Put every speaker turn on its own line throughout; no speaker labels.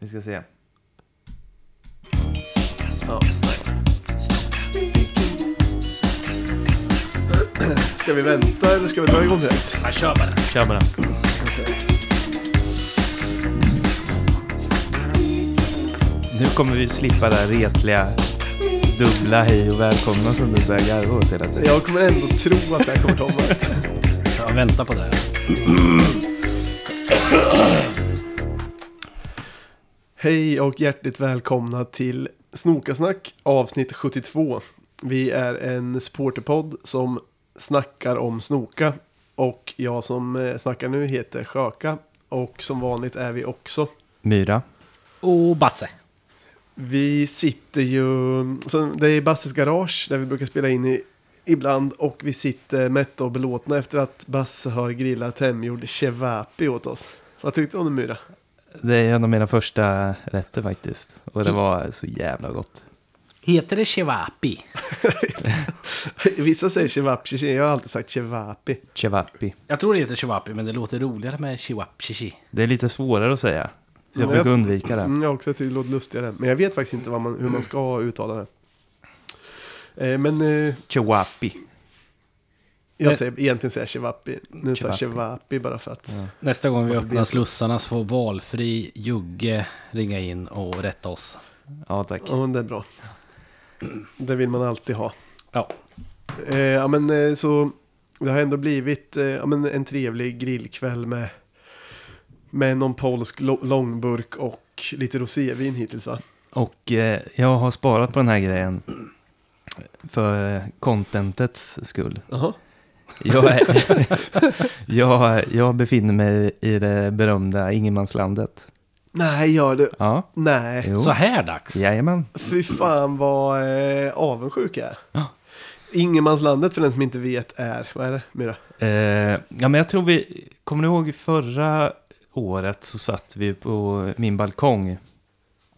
Vi ska se.
Ska vi vänta eller ska vi dra igång direkt?
Kör med den. Nu kommer vi slippa det här retliga dubbla hej och välkomna som du börjar garva åt hela tiden.
Jag kommer ändå tro att det här kommer komma.
Jag väntar på det.
Hej och hjärtligt välkomna till Snokasnack avsnitt 72. Vi är en supporterpodd som snackar om snoka. Och jag som eh, snackar nu heter Sjöka. Och som vanligt är vi också.
Myra.
Och Basse.
Vi sitter ju... Så det är Basses garage där vi brukar spela in i, ibland. Och vi sitter mätta och belåtna efter att Basse har grillat hemgjord chevapi åt oss. Vad tyckte du om det Myra?
Det är en av mina första rätter faktiskt. Och det var så jävla gott.
Heter det Chevapi?
Vissa säger chevapchichi, jag har alltid sagt chevapi.
Cevapi.
Jag tror det heter Chevapi, men det låter roligare med Chewapchichi.
Det är lite svårare att säga. Så jag
Men jag-
brukar undvika det.
Mm, jag har också tyckt det låter lustigare. Men jag vet faktiskt inte vad man, hur man ska uttala det. Eh, men eh,
Cevapi.
jag
Men-
säger, egentligen säger jag chevapi. Nu sa jag
Eh. Chevapi.
chevapi bara för att.
Nästa gång vi öppnar slussarna så får valfri Jugge ringa in och rätta oss.
Ja, tack.
Ja, men det är bra. Det vill man alltid ha.
Ja,
Eh, ja, men eh, så det har ändå blivit eh, ja, men en trevlig grillkväll med, med någon polsk lo- långburk och lite rosévin hittills va?
Och eh, jag har sparat på den här grejen. För eh, contentets skull.
Jaha.
Jag, är, jag, jag befinner mig i det berömda ingenmanslandet.
Nej, gör du?
Ja,
Nej.
jo.
så här dags.
Jajamän.
Fy fan vad eh, avundsjuk jag är.
Ja.
Ingenmanslandet för den som inte vet är, vad är det Myra?
Eh, ja, men jag tror vi, kommer du ihåg förra året så satt vi på min balkong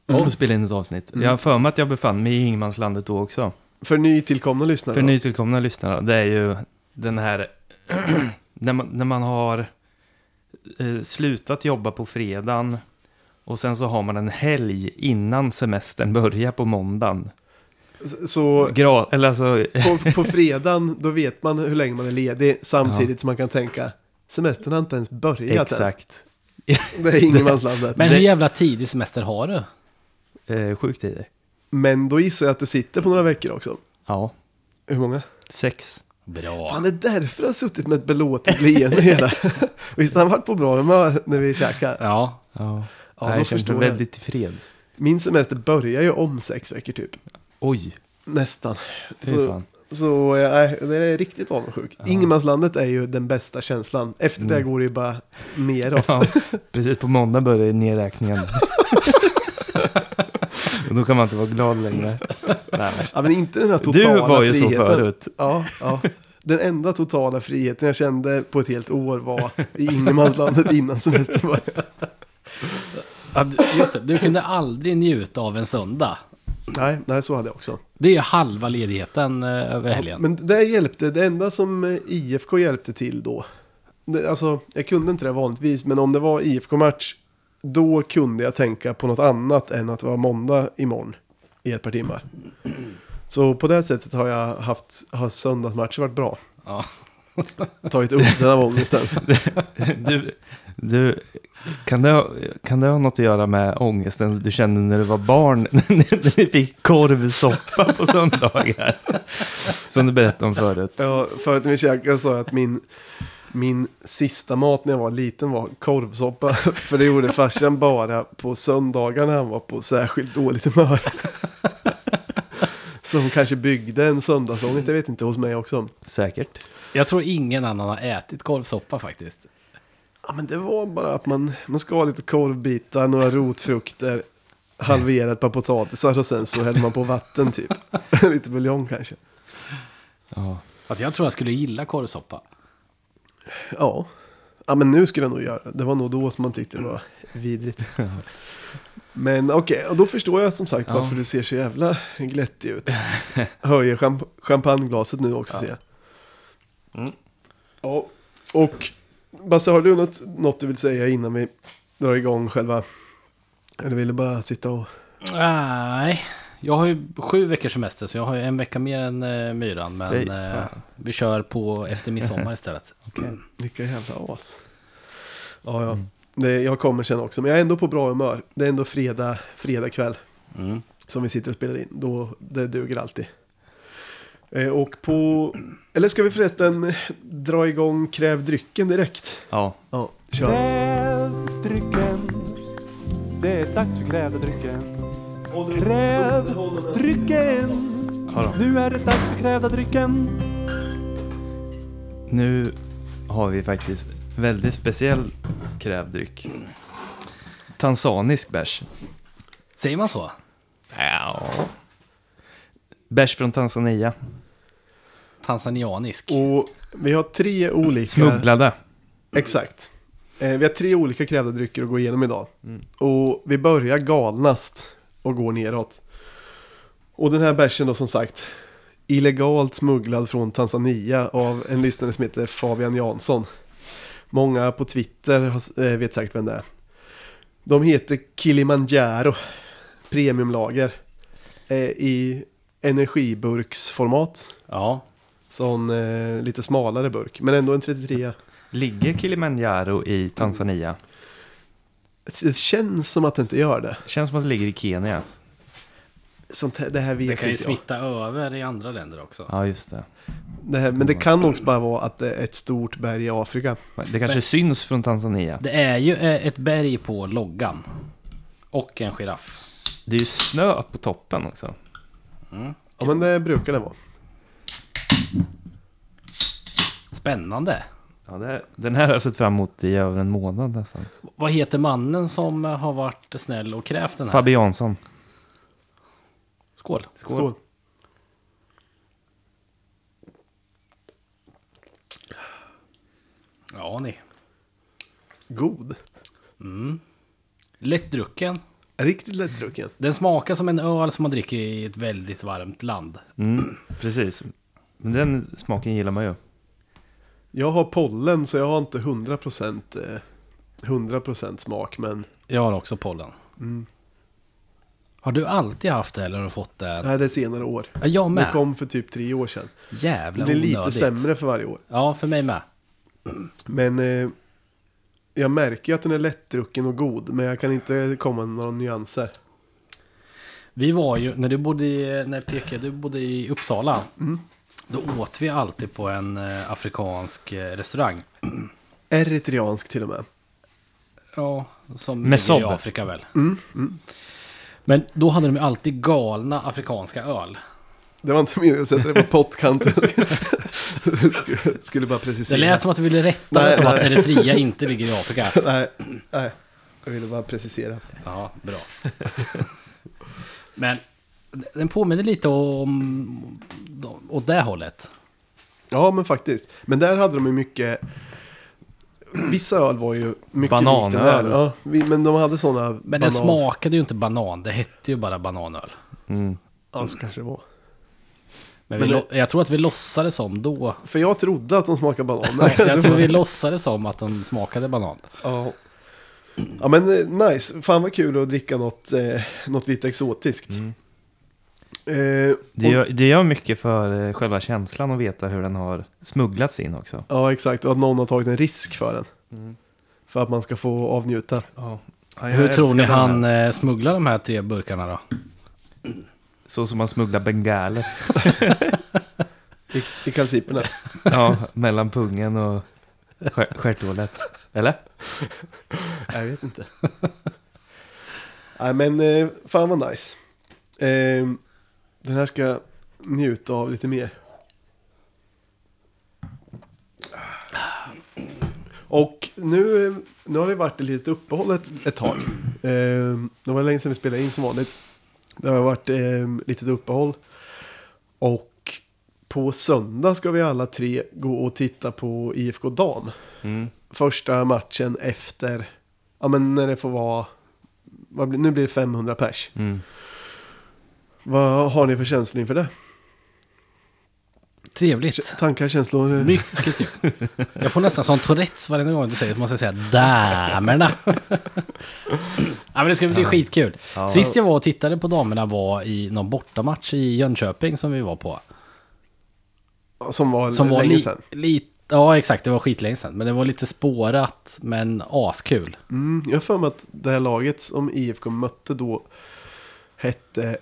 och spelade in ett avsnitt. Jag har för mig att jag befann mig i ingenmanslandet då också.
För nytillkomna lyssnare.
För
va?
nytillkomna lyssnare, det är ju den här, när, man, när man har eh, slutat jobba på fredagen och sen så har man en helg innan semestern börjar på måndagen.
S- Så
Gra- eller alltså,
på, på fredagen, då vet man hur länge man är ledig samtidigt som man kan tänka semestern har inte ens börjat
exakt.
än. Det är ingenmanslandet.
Men
Men,
hur jävla tidig semester har du?
Eh, sjukt tider.
Men då gissar jag att du sitter på några veckor också.
Ja,
Hur många?
sex.
Bra.
Fan, det är därför jag har suttit med ett belåtet leende hela. Visst har han varit på bra humör när vi käkar?
Ja,
Ja,
Ja,
Nej,
då
jag känner
förstår
mig
jag.
väldigt tillfreds.
Min semester börjar ju om sex veckor typ.
Oj,
Nästan.
fy
Så,
fan.
så eh, det är riktigt avundsjuk. Ingenmanslandet är ju den bästa känslan. Efter det går det ju bara neråt.
Mm. Ja, precis på måndag börjar nedräkningen. och då kan man inte vara glad längre. Nej.
Ja, men inte den här totala
Du var ju
friheten.
så förut.
Ja, ja. Den enda totala friheten jag kände på ett helt år var i ingenmanslandet innan semestern började.
Ja, d- just det. Du kunde aldrig njuta av en söndag.
Nej, nej, så hade jag också.
Det är ju halva ledigheten eh, över helgen.
Men det hjälpte, det enda som eh, IFK hjälpte till då. Det, alltså, jag kunde inte det vanligtvis, men om det var IFK-match, då kunde jag tänka på något annat än att det var måndag imorgon i ett par timmar. Så på det sättet har jag haft, har söndagsmatcher varit bra.
Ja.
Tagit udden av ångesten.
Du, du, kan, det, ha- kan det ha något att göra med ångesten du kände när du var barn? När du fick korvsoppa på söndagar. Som du berättade om förut.
Ja, förut när vi käkade sa jag att min, min sista mat när jag var liten var korvsoppa. För det gjorde farsan bara på söndagar när han var på särskilt dåligt humör. Som kanske byggde en söndagsångest, jag vet inte, hos mig också.
Säkert.
Jag tror ingen annan har ätit korvsoppa faktiskt.
Ja, men det var bara att man, man ska ha lite korvbitar, några rotfrukter, halvera ett par potatisar och sen så häller man på vatten typ. lite buljong kanske.
Ja.
Alltså jag tror jag skulle gilla korvsoppa.
Ja. Ja men nu skulle jag nog göra det. Det var nog då som man tyckte det var vidrigt. Men okej, och då förstår jag som sagt
Ja.
varför du ser så jävla glättig ut. Höjer champ champagneglaset nu också ser jag.
Mm.
Ja, och Basse har du något, något du vill säga innan vi drar igång själva Eller ville bara sitta och...
Nej, jag har ju sju veckors semester så jag har ju en vecka mer än eh, myran.
Fy
Men
fan.
eh, vi kör på efter midsommar istället.
Vilka jävla as. Ja,
Mm.
ja. Det, jag kommer sen också, men jag är ändå på bra humör. Det är ändå fredag, fredag kväll
Mm.
som vi sitter och spelar in. Då, det duger alltid. Eh, och på... Eller ska vi förresten eh, dra igång Kräv drycken direkt?
Ja,
Ja, kör.
Kräv drycken. Det är dags för kräv drycken. Kräv drycken.
ja då.
Nu är det dags för krävda drycken.
Nu har vi faktiskt väldigt speciell krävdryck. Tanzanisk bärs.
Säger man så?
Ja. Bärs från Tanzania.
Tanzanianisk.
Mm.
Och vi har tre olika...
Smugglade.
Exakt. Eh, vi har tre olika krävda drycker att gå igenom idag. Och vi börjar galnast och går neråt. Och den här bärsen då som sagt, illegalt smugglad från Tanzania av en lyssnare som heter Fabian Jansson. Många på Twitter har, s- eh, vet säkert vem det är. De heter Kilimanjaro, premiumlager, eh, i energiburksformat.
Ja.
Sån eh, lite smalare burk, men ändå en 33.
Ligger Kilimanjaro i Tanzania?
Det känns som att det inte gör det.
Känns som att det ligger i Kenya.
Sånt här, det här vet
Det kan ju
inte jag.
smitta över i andra länder också.
Ja, just det.
Det här, men det kan också bara vara att det är ett stort berg i Afrika.
Det kanske syns från Tanzania.
Det är ju eh, ett berg på loggan. Och en giraff.
Det är ju snö på toppen också.
Ja, men det brukar det vara.
Spännande.
Ja, det, den här har jag sett fram emot i över en månad nästan.
Vad heter mannen som eh, har varit snäll och krävt den här?
Fabbe Jansson.
Skål.
Skål.
Ja, ni.
God.
Lättdrucken.
Riktigt lättdrucken.
Den smakar som en öl som man dricker i ett väldigt varmt land.
Mm, precis. Men den smaken gillar man ju.
Jag har pollen så jag har inte 100%, eh, 100 smak. Men
Jag har också pollen.
Mm.
Har du alltid haft det eller har du fått det?
nej, det är senare år.
Ja, jag
Det
med.
kom för typ tre år sedan. Det
Jävla
blir
onödigt.
lite sämre för varje år.
Ja, för mig med.
Men eh, jag märker ju att den är lättdrucken och god. Men jag kan inte komma med några nyanser.
Vi var ju, när du bodde i, när PK, du bodde i Uppsala.
Mm.
Då åt vi alltid på en eh, afrikansk eh, restaurang.
Eritreansk till och med.
Ja, som
Med
ligger i
Saab.
Afrika väl.
Mm,
Men då hade de ju alltid galna afrikanska öl.
Det var inte meningen att sätta det på pottkanten. Skulle- Skulle bara
Det
precisera.
lät som att du ville rätta det
Nej,
som att
nej.
Eritrea inte ligger i Afrika.
Nej, nej. Jag ville bara precisera.
Ja, bra. Men den påminner lite om de- åt det hållet.
Ja, men faktiskt. Men där hade de ju mycket... Vissa öl var ju mycket likt den här.
Bananöl.
Ja, vi- men de hade sådana
Men den smakade ju inte banan, det hette ju bara bananöl.
Mm.
Ja, så kanske det var.
Men,
Men
vi,
det-
lo- jag tror att vi låtsades som då.
För jag trodde att de smakade banan.
Nej, jag tror vi låtsades som att de smakade banan.
ja. ja, men eh, nice. Fan vad kul att dricka något, eh, något lite exotiskt.
Mm.
Eh,
Det,
och-
gör, det gör mycket för eh, själva känslan att veta hur den har smugglats in också.
Ja, exakt. Och att någon har tagit en risk för den. För att man ska få avnjuta.
Hur tror ni han eh, smugglar de här tre burkarna då?
Så som man smugglar bengaler.
I, i kalsiperna.
Ja, mellan pungen och stjär- stjärthålet. Eller?
Jag vet inte. Nej, men eh, fan vad nice. Eh, den här ska jag njuta av lite mer. Och nu, nu har det varit ett litet uppehåll ett, ett tag. Eh, det var länge sedan vi spelade in som vanligt. Det har varit eh, litet uppehåll. Och på söndag ska vi alla tre gå och titta på IFK Dam första matchen efter, ja men när det får vara, vad blir, nu blir det 500 pers.
Mm.
Vad har ni för känslor inför det?
Trevligt.
Tankar, känslor. eh,
Mycket trevligt. Jag får nästan sån Tourettes varje gång du säger att man ska säga damerna. ja, men det ska bli skitkul.
Ja.
Sist jag var och tittade på damerna var i någon bortamatch i Jönköping som vi var på.
Som var,
Som var
länge
li-
sedan.
lite... Ja, exakt. Det var skitlänge sedan. Men det var lite spårat, men askul.
Mm, jag har för mig att det här laget som IFK mötte då hette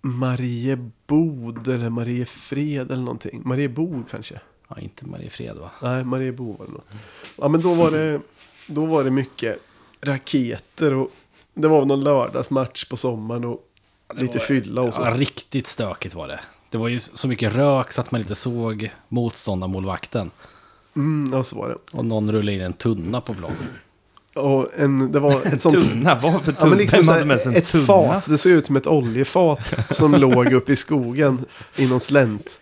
Mariebod eller Mariefred eller någonting. Mariebod kanske?
Ja, inte Mariefred va?
Nej, Mariebo var det nog. Ja, men då var det, då var det mycket raketer och det var väl någon lördagsmatch på sommaren och lite fylla och
Ja,
så.
riktigt stökigt var det. Det var ju så mycket rök så att man inte såg motståndarmålvakten.
Mm, ja, så var det.
Och någon rullade in en tunna på plan.
Och en, det var ett sånt...
Tunna? Vad för tunna?
Ja, men liksom
Vem
så
hade med
här,
sig en
ett
tunna?
fat, det såg ut som ett oljefat som låg uppe i skogen i någon slänt.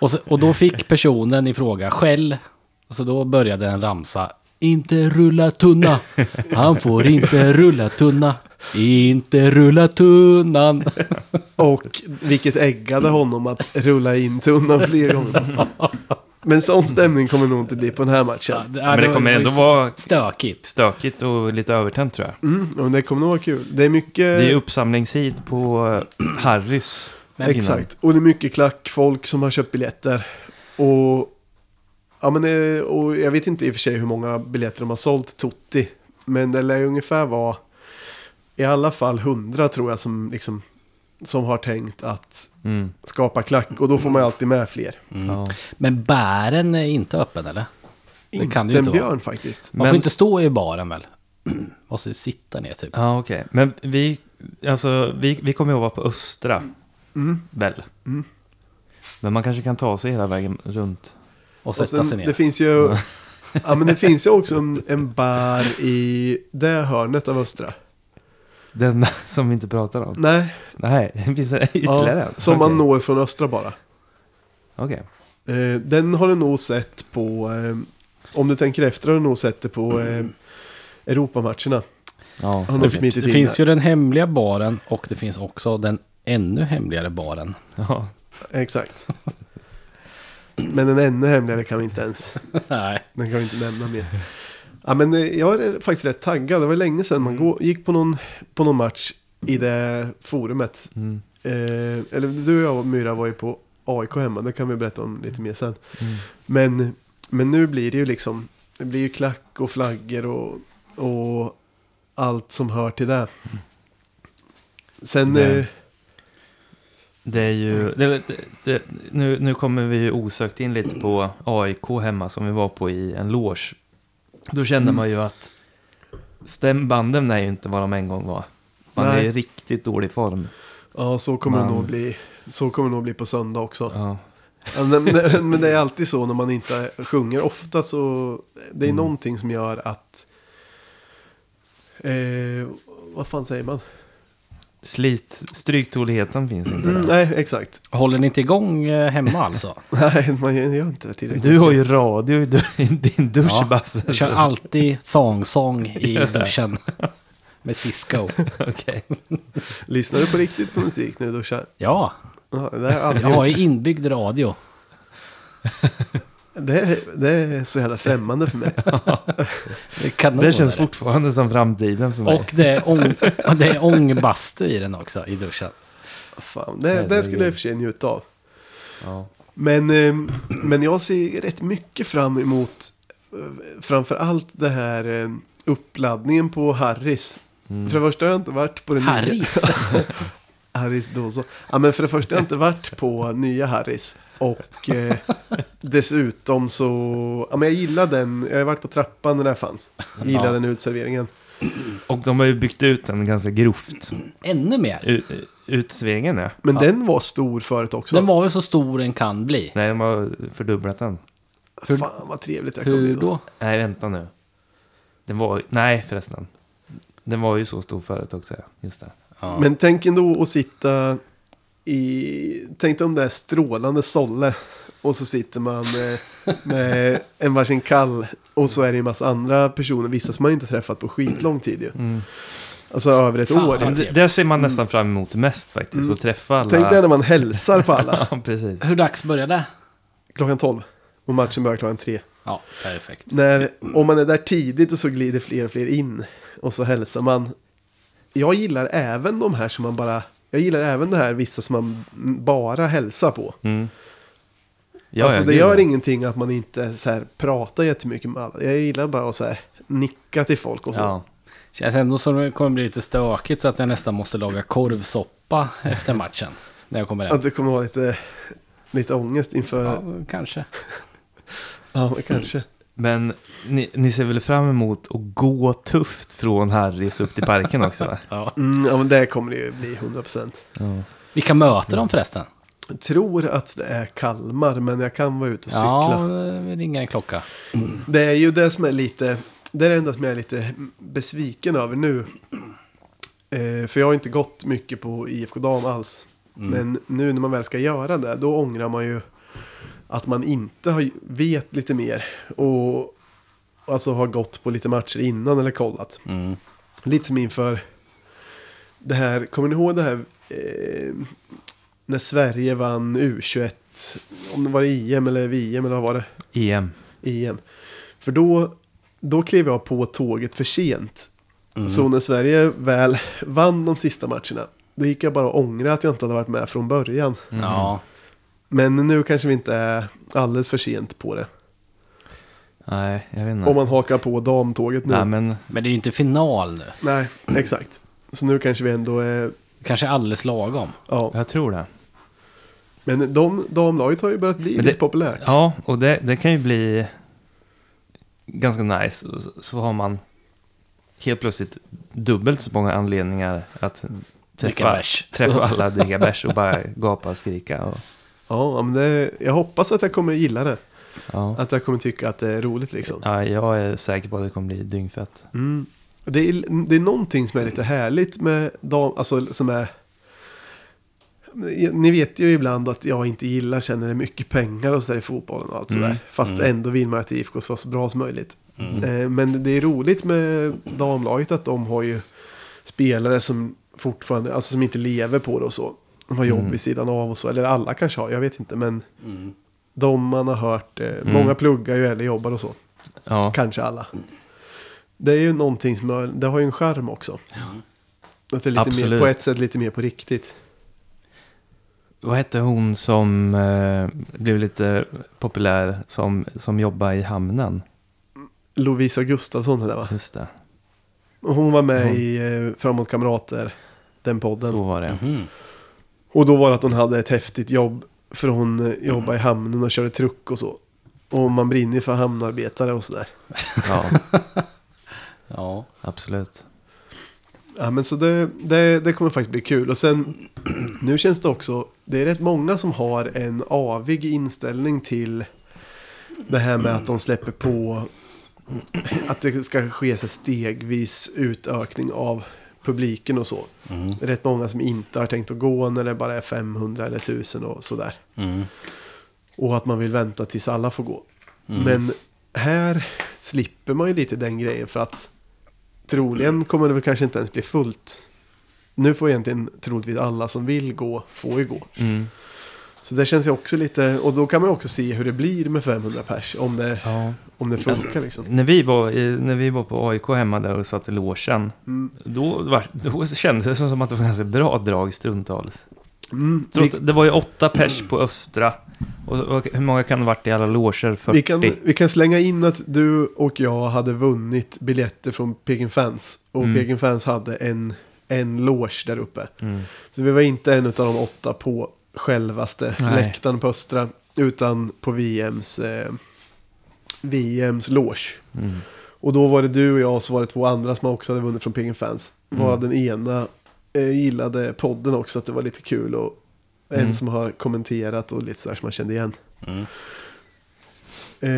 Och, så, och då fick personen i fråga skäll. Så då började en ramsa. Inte rulla tunna. Han får inte rulla tunna. Inte rulla tunnan.
Och vilket äggade honom att rulla in tunnan fler gånger. Men sån stämning kommer nog inte bli på den här matchen.
Men det kommer
var ju
ändå vara-
Stökigt.
Stökigt och lite övertänt tror jag.
Mm, men det kommer nog vara kul. Det är mycket...
Det är uppsamlingshit på eh, Harrys. innan.
Exakt, och det är mycket klack, folk som har köpt biljetter. Och, ja, men, eh, och jag vet inte i och för sig hur många biljetter de har sålt Totti. Men det lär ju ungefär vara i alla fall hundra tror jag som, liksom, som har tänkt att
Mm.
skapa klack. Och då får man ju alltid med fler.
Ja.
Men bären är inte öppen eller? Det
inte
kan det ju
en
inte vara.
björn faktiskt.
Man
Men-
får inte stå i baren väl? Måste sitta ner typ.
Ja, okej. Men vi, alltså, vi, vi kommer ju att vara på Östra,
Mm.
väl?
Mm.
Men man kanske kan ta sig hela vägen runt.
Och
Och
sätta
sen,
sig ner.
det finns ju... Ja men det finns ju också en, en bar i det hörnet av Östra.
Den som vi inte pratar om.
Nej,
Nej, det finns en- ytterligare en.
som man
Okej.
når från Östra bara.
Okej.
Eh, den har du nog sett på, eh, om du tänker efter har du nog sett det på eh, Europamatcherna.
Ja,
Har någon
säkert.
smitit
Det
in
finns
där.
ju den hemliga baren och det finns också den ännu hemligare baren.
ja.
Exakt. Men den ännu hemligare kan vi inte ens,
Nej.
den kan vi inte nämna mer. Ja, men eh, jag är faktiskt rätt taggad, det var länge sedan man gå, gick på någon, på någon match i det forumet.
Mm.
Eh, eller du och jag Myra var ju på AIK hemma, det kan vi berätta om lite mer sen.
Mm.
Men, men nu blir det ju liksom, det blir ju klack och flaggor och, och allt som hör till det.
Mm.
Sen,
Nej.
eh,
Det är
Mm.
ju, det, det, det, nu, nu kommer vi ju osökt in lite på AIK hemma som vi var på i en loge. Då
Mm.
kände man ju att stämbanden är ju inte vad de en gång var. Man
Nej.
är i riktigt dålig form.
ja så kommer det
Man-
nog bli. Så kommer det nog bli på söndag också.
Ja.
Ja, Men, men, men det är alltid så när man inte sjunger ofta så det
Mm.
är någonting som gör att eh, vad fan säger man?
Slit, stryktåligheten finns inte
Mm,
där.
nej, exakt.
Håller ni inte igång eh, hemma alltså?
Nej, man gör inte det tillräckligt.
Du har ju radio i du- i din dusch,
Ja,
Basse.
Jag kör alltid sångsång i duschen. Med Cisco.
Okej.
Lyssnar du på riktigt på musik när du duschar?
Ja,
Ja, det, är aldrig
jag har ju inbyggd radio.
det, är, det är så jävla främmande för mig.
Det, är kanon,
Det känns
är det.
fortfarande som framtiden för mig.
Och det är, ång, och det är ångbastu i den också, i duschen.
Fan, det, det skulle jag i och för sig njuta av.
ja.
Men, eh, men jag ser rätt mycket fram emot eh, framför allt det här eh, uppladdningen på Harris. För det första har jag inte varit på den nya...
Mm. Harris.
Harris då så. Ja, men för det första har jag inte varit på nya Harris. Och eh, dessutom så... Ja, men jag gillar den. Jag har varit på trappan när det här fanns. Jag gillar
Ja.
den utserveringen.
och de har ju byggt ut den ganska grovt.
Ännu mer.
U- utsvängen, ja.
Men den var stor förut också.
Den var väl så stor den kan bli.
Nej, de har fördubblat den.
Fan vad trevligt jag kom
Hur
in.
då?
Nej, vänta nu. Den var Nej, förresten. Den var ju så stor förut också, ja. just det.
Ja.
Men tänk ändå att sitta i... Tänk dig om det är strålande solle. Och så sitter man med, med en varsin kall. Och så är det ju en massa andra personer. Vissa som man inte träffat på skitlång tid ju. Alltså över ett
Mm. Fan,
år.
Men
vad
det, det ser
Mm.
man nästan fram emot mest faktiskt, att träffa alla.
Tänk dig när man hälsar på alla.
Ja, precis.
Hur dags började det?
klockan 12. Och matchen börjar klockan 3.
Ja, perfekt.
När, om man är där tidigt och så glider fler och fler in. Och så hälsar man. Jag gillar även de här som man bara... Jag gillar även det här vissa som man bara hälsar på.
Mm. Ja,
alltså
ja,
det
gud,
gör
ja.
ingenting att man inte så här, pratar jättemycket med alla. Jag gillar bara att så här, nicka till folk och så.
Ja.
Känns ändå som det kommer bli lite stökigt så att jag nästan måste laga korvsoppa efter matchen. När jag kommer hem.
Att det kommer vara lite, lite ångest inför...
Ja,
Ja,
kanske.
men kanske.
Men ni, ni ser väl fram emot att gå tufft från Harrys upp till parken också? Va?
Ja.
Mm, ja, men det kommer det ju bli 100%.
Ja.
Vilka möter de förresten?
Jag tror att det är Kalmar, men jag kan vara ute och cykla.
Ja, det ringer en klocka.
Det är ju det som är lite, det är det enda som jag är lite besviken över nu. Eh, för jag har inte gått mycket på IFK Dam alls. Men nu när man väl ska göra det, då ångrar man ju att man inte har, vet lite mer. Och alltså har gått på lite matcher innan eller kollat.
Mm.
Lite som inför det här, kommer ni ihåg det här eh, när Sverige vann U21? Om det var EM eller VM eller vad var det?
EM.
EM. För då, då klev jag på tåget för sent.
Mm.
Mm.
Så när Sverige väl vann de sista matcherna, då gick jag bara och ångrade att jag inte hade varit med från början.
Mm. Ja,
Men nu kanske vi inte är alldeles för sent på det.
Nej, jag vet
Om
inte.
man hakar på damtåget nu.
Nej,
Nej,
men
men det är ju inte final nu.
exakt. Så nu kanske vi ändå är...
Kanske alldeles lagom.
Ja.
jag tror det.
Men de, damlaget har ju börjat bli
Men
lite
det-
populärt.
Ja, och det, det kan ju bli ganska nice. Och Så, så har man helt plötsligt dubbelt så många anledningar att
Dricka
träffa,
bärs.
träffa alla, dricka bärs och bara gapa och skrika. Och,
Ja, men det, jag hoppas att jag kommer gilla det.
ja.
Att jag kommer tycka att det är roligt liksom.
Ja, jag är säker på att det kommer bli dyngfett.
Mm. Det, är, det är någonting som är lite härligt med dam, alltså som är... Ni vet ju ibland att jag inte gillar känner det är mycket pengar och sådär i fotbollen och allt sådär. Fast ändå vill man att IFK ska vara så bra som möjligt. Eh, Men det är roligt med damlaget att de har ju spelare som fortfarande, alltså som inte lever på det och så. De har jobb vid sidan av och så, eller alla kanske har, jag vet inte. Men de man har hört, eh, många pluggar ju eller jobbar och så.
Ja,
Kanske alla. Det är ju någonting som har, det har ju en charm också. Att det är lite mer,
Absolut.
på ett sätt lite mer på riktigt.
vad hette hon som eh, blev lite populär som, som jobbar i hamnen?
Lovisa Gustafsson heter det va?
Just det,
Och Hon var med
Hon.
i eh, Framåt Kamrater, den podden.
så var det.
Mhm.
Och då var det att hon hade ett häftigt jobb. För hon eh, jobbade i hamnen och körde truck och så. Och man brinner ju för hamnarbetare och sådär.
Ja,
Ja.
absolut.
Ja men så det, det, det kommer faktiskt bli kul. Och sen, nu känns det också, det är rätt många som har en avig inställning till det här med att de släpper på, att det ska ske så här stegvis utökning av publiken och så.
Mm.
Det är rätt många som inte har tänkt att gå när det bara är 500 eller 1000 och sådär.
Mm.
Och att man vill vänta tills alla får gå.
Mm.
Men här slipper man ju lite den grejen för att troligen kommer det väl kanske inte ens bli fullt. Nu får egentligen troligtvis alla som vill gå, får ju gå.
Mm.
Så det känns ju också lite, och då kan man också se hur det blir med 500 pers om det,
Ja.
om det
Alltså,
funkar liksom.
När vi, var i, när vi var på AIK hemma där och satt i logen,
Mm.
då, var, då kändes det som att det var ganska bra drag stundtals.
Mm.
Trots, det var ju åtta pers på Östra. Och, och hur många kan det ha varit i alla loger? 40?
Vi kan, vi kan slänga in att du och jag hade vunnit biljetter från Peking Fans. Och
Mm.
Peking Fans hade en, en loge där uppe.
Mm.
Så vi var inte en av de åtta på självaste
Nej.
läktaren på Östra. Utan på VMs, eh, VMs loge.
Mm.
Och då var det du och jag och så var det två andra som också hade vunnit från Pingen Fans.
Mm.
Varav den ena eh, gillade podden också, att det var lite kul. Och en
Mm.
som har kommenterat och lite sådär som man kände igen.
Mm.
Eh,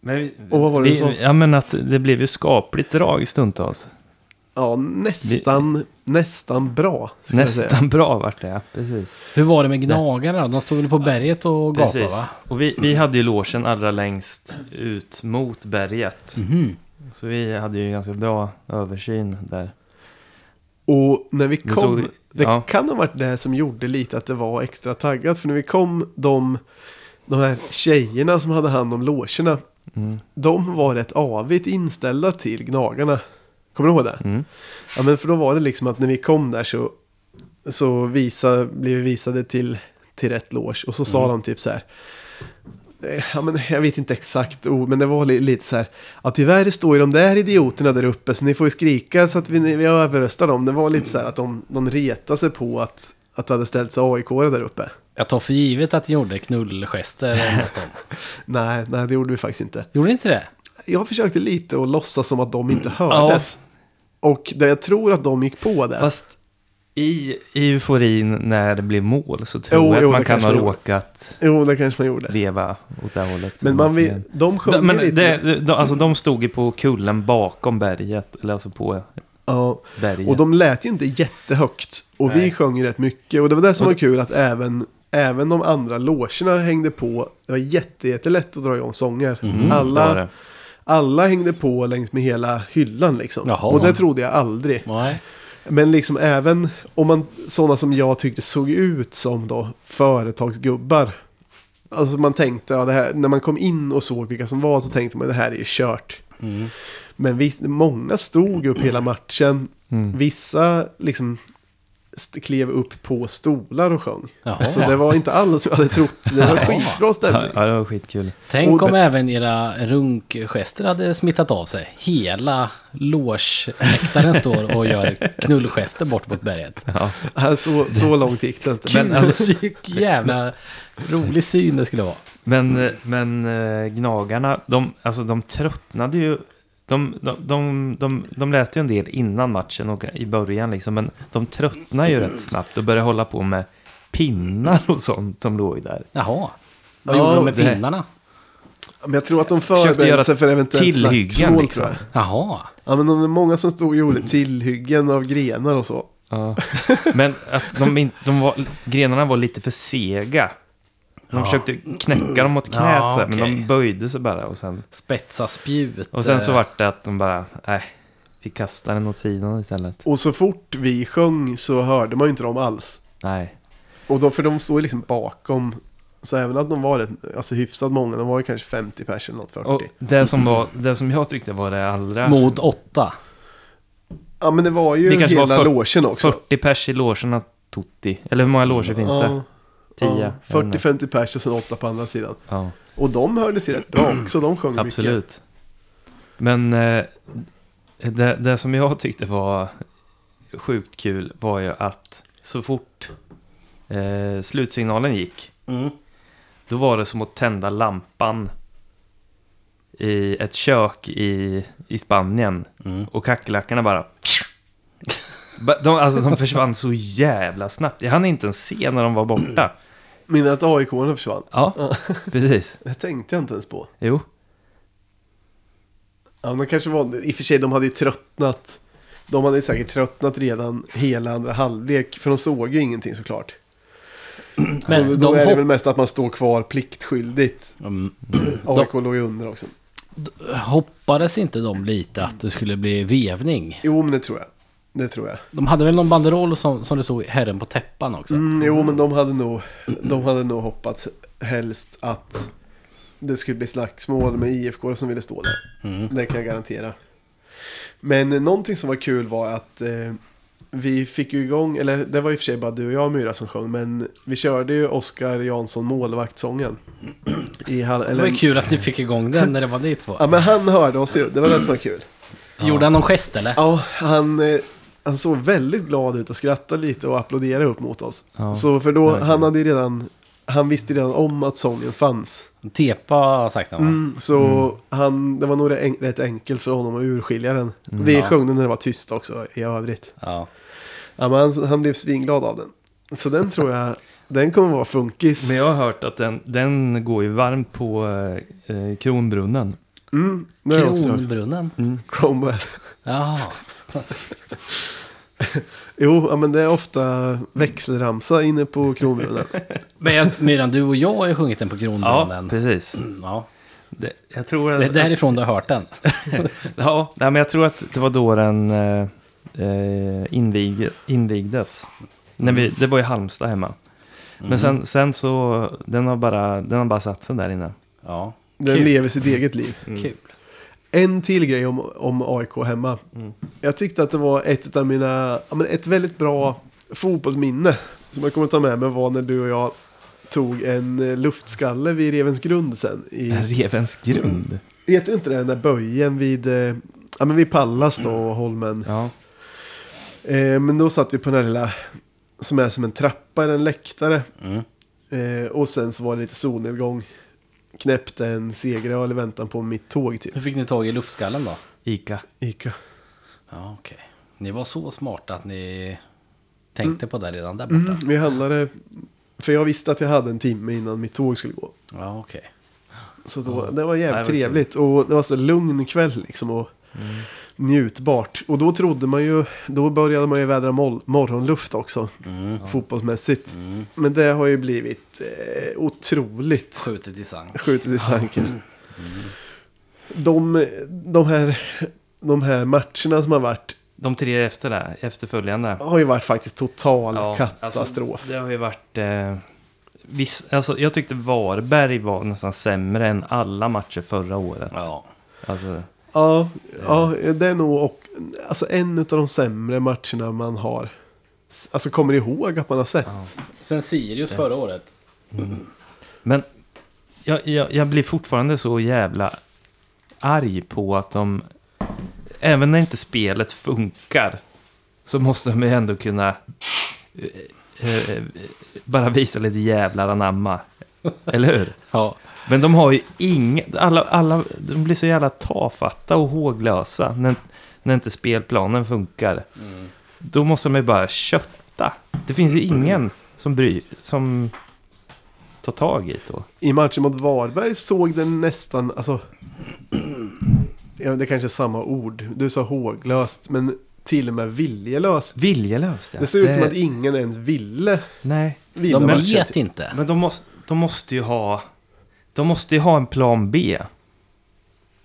Men vi,
Och vad var det du sa?
vi, Ja, men att det blev ju skapligt drag stundtals.
ja, nästan, nästan bra. skulle jag säga.
Nästan bra vart det, ja. Precis.
Hur var det med gnagarna då? De stod väl på berget och gapade va?
Och vi, vi hade ju logen allra längst ut mot berget.
Mm.
Mhm.
Så vi hade ju ganska bra översyn där.
Och när vi
Det
kom,
såg-
det
ja.
kan ha varit det som gjorde lite att det var extra taggat. För när vi kom, de, de här tjejerna som hade hand om logerna,
Mm.
de var rätt avigt inställda till gnagarna. Kommer du ihåg det?
Mm.
Ja, men för då var det liksom att när vi kom där så, så visa, blev vi visade till, till rätt loge. Och så
Mm.
sa de typ så här. eh, Ja, men jag vet inte exakt ord, men det var li, lite så här. Ja, tyvärr står ju de där idioterna där uppe, så ni får ju skrika så att vi, vi överröstar dem. Det var lite så här att de, de retade sig på att, att det hade ställt sig aik där uppe.
Jag tar för givet att ni gjorde knullgester eller något om.
Nej, nej, det gjorde vi faktiskt inte.
Gjorde ni inte det?
Jag försökte lite att låtsas som att de inte hördes. Och det, jag tror att de gick på det.
Fast i, i euforin när det blev mål så tror
Jo,
jag att
jo,
man
det
kan
kanske
ha
man gjorde.
råkat
Jo, det kanske man gjorde.
leva åt det hållet.
Men man vill, de sjunger
Men
lite.
det, de, alltså, de stod ju på kullen bakom berget, eller alltså på
ja.
berget.
Och de lät ju inte jättehögt. Och vi
Nej.
sjöng ju rätt mycket. Och det var det som var kul att även, även de andra logerna hängde på. Det var jätte, jättelätt att dra igång sånger.
Mm, det var
alla,
det.
alla hängde på längs med hela hyllan liksom.
Jaha.
Och det trodde jag aldrig.
Nej.
Men liksom även om man, sådana som jag tyckte såg ut som då företagsgubbar. Alltså man tänkte, ja, det här, när man kom in och såg vilka som var så tänkte man det här är ju kört.
Mm.
Men visst, många stod upp hela matchen.
Mm.
Vissa liksom st- klev upp på stolar och sjöng.
Jaha.
Så det var inte alls som jag hade trott. Det var skitbra stämning.
Ja, det var skitkul.
Tänk
Och-
om även era runkgester hade smittat av sig. Hela logeläktaren står och gör knullgester bort mot berget.
Ja, Äh, Så, så långt gick det inte. Men,
Men alltså, vilken jävla rolig syn det skulle vara.
Men, eh, men eh, gnagarna, de, alltså, de tröttnade ju. De, de, de, de, de lät ju en del innan matchen och i början liksom, men de tröttnade ju rätt snabbt och började hålla på med pinnar och sånt som låg där.
Jaha. Vad
Ja,
gjorde de med
det-
pinnarna?
men jag tror att de
Försökte göra
förberedde sig för eventuellt
tillhyggen,
slagsmål.
liksom.
tror jag.
Jaha.
Ja, men de, det är många som stod och gjorde tillhyggen av grenar och så.
Ja. Men att de, in- de var, grenarna var lite för sega. De försökte knäcka dem mot knät,
Ja,
så här, men
okej.
de böjde sig bara. Och sen,
Spetsa spjut.
och sen så
eh,
var det att de bara, nej, vi kastar den åt sidan istället.
Och så fort vi sjöng så hörde man ju inte dem alls.
Nej.
Och då, för de stod ju liksom bakom. Så även att de var rätt, alltså hyfsat många, de var ju kanske 50 pers eller något 40.
Och det som, var, det som jag tyckte var det allra...
eh, Mot åtta.
ja men det var ju
Det kanske
hela
var fyrt-
logen också.
40 pers i logerna Totti. Eller hur många loger finns det?
Ja,
10?
ja, 40-50 pers och sen 8 på andra sidan.
Ja,
Och de hördes ju rätt bra också, de sjöng mycket.
absolut. Men eh, det, det som jag tyckte var sjukt kul var ju att så fort eh, slutsignalen gick, då var det som att tända lampan i ett kök i, i Spanien.
Mm.
Och kackerlackorna bara... Ba- De, alltså, de försvann så jävla snabbt. Jag hann inte ens se när de var borta.
Minnet att aik försvann.
Ja, precis.
Det tänkte jag inte ens på.
Jo.
Ja, men de kanske var, i och för sig, de hade ju tröttnat. De hade ju säkert tröttnat redan hela andra halvlek, för de såg ju ingenting såklart.
Men
så
de
då är det
hopp-
väl mest att man står kvar pliktskyldigt.
Mm.
AIK låg ju under också.
Hoppades inte de lite att det skulle bli vevning?
Jo, men det tror jag. Det tror jag.
De hade väl någon banderoll som, som det stod Herren på täppan också?
Mm, jo, men de hade, nog, de hade nog hoppats helst att det skulle bli slagsmål med IFK som ville stå där.
Mm.
Det kan jag garantera. Men eh, någonting som var kul var att eh, vi fick ju igång, eller det var i och för sig bara du och jag Myra som sjöng, men vi körde ju Oskar Jansson målvaktssången. I hall-
Mm. Det var ju
eller,
kul att ni fick igång den när det var ni två.
ja, men han hörde oss ju, det var det som var kul.
Gjorde han någon gest eller?
Ja, han, eh, han såg väldigt glad ut och skrattade lite och applåderade upp mot oss.
Ja,
så för då,
det var
han
kul.
hade ju redan, han visste ju redan om att sången fanns.
Tepa har sagt han va?
Mm, så han, det var nog en, rätt enkelt för honom att urskilja den.
Mm,
Vi sjöng den när det var tyst också i övrigt.
Ja.
Ja, men han, han blev svinglad av den. Så den tror jag, den kommer vara funkis.
Men jag har hört att den, den går ju varmt på eh, Kronbrunnen.
Mm, det har jag också hört.
Kronbrunnen?
Cromwell.
Jaha.
Jo, ja, men det är ofta växelramsa inne på Kronbrunnen.
Men jag, Myran, du och jag har ju sjungit den på Kronbrunnen.
Ja, precis.
Ja.
Det, jag tror
Det är
att,
därifrån du har hört den.
ja, nej, men jag tror att det var då den eh,
Mm.
eh, invig, invigdes. När vi, det var i Halmstad hemma. Men sen, sen så, den har bara, den har bara satt sig där inne.
Ja,
Den
Kul.
lever sitt eget liv.
kul.
En till grej om, om AIK hemma. Jag tyckte att det var ett av mina, ja, men ett väldigt bra fotbollsminne som jag kommer ta med mig var när du och jag tog en eh, luftskalle vid Revens grund sen. I,
Revens grund.
heter inte det den där böjen vid, eh, ja, men vid Pallas då och Holmen?
Ja.
Eh, men då satt vi på den här lilla, som är som en trappa eller en läktare.
Mm.
Eh, och sen så var det lite solnedgång. Knäppte en segeröl i väntan på mitt tåg typ.
Hur fick ni tag i luftskallen då?
Ica.
Ica.
Ja, okej. Ni var så smarta att ni tänkte på det redan där borta.
Mm, vi handlade, för jag visste att jag hade en timme innan mitt tåg skulle gå.
Ja, okej.
Så då, det var
det
jävligt
var Mm.
trevligt och det var så lugn kväll liksom och njutbart. Och då trodde man ju, då började man ju vädra mol- morgonluft också,
Mm.
fotbollsmässigt. Men det har ju blivit eh, otroligt
Skjutit i sank.
skjutet i sanken.
Mm.
De, de, här, de här matcherna som har varit
De tre efter det, efterföljande.
har ju varit faktiskt total katastrof.
Alltså, det har ju varit... Eh, viss, alltså, jag tyckte Varberg var nästan sämre än alla matcher förra året.
Ja.
Alltså,
Ja, ja, det är nog och, alltså en av de sämre matcherna man har. s- Alltså kommer ihåg att man har sett.
Sen Sirius förra året.
men jag, jag, jag blir fortfarande så jävla arg på att de... Även när inte spelet funkar så måste de ju ändå kunna eh, eh, bara visa lite jävlar anamma. Eller hur?
Ja.
Men de har ju inget, alla, alla, de blir så jävla tafatta och håglösa när, när inte spelplanen funkar.
Mm.
Då måste de ju bara kötta. Det finns ju ingen som bryr, som tar tag i det då.
I matchen mot Varberg såg den nästan, alltså. Ja, det kanske är samma ord. Du sa håglöst, men till och med viljelöst.
Viljelöst ja.
det såg ut som att ingen ens ville
Nej,
vinna
De
matchen.
vet
typ.
inte.
men de måste, de måste ju ha, de måste ju ha en plan B.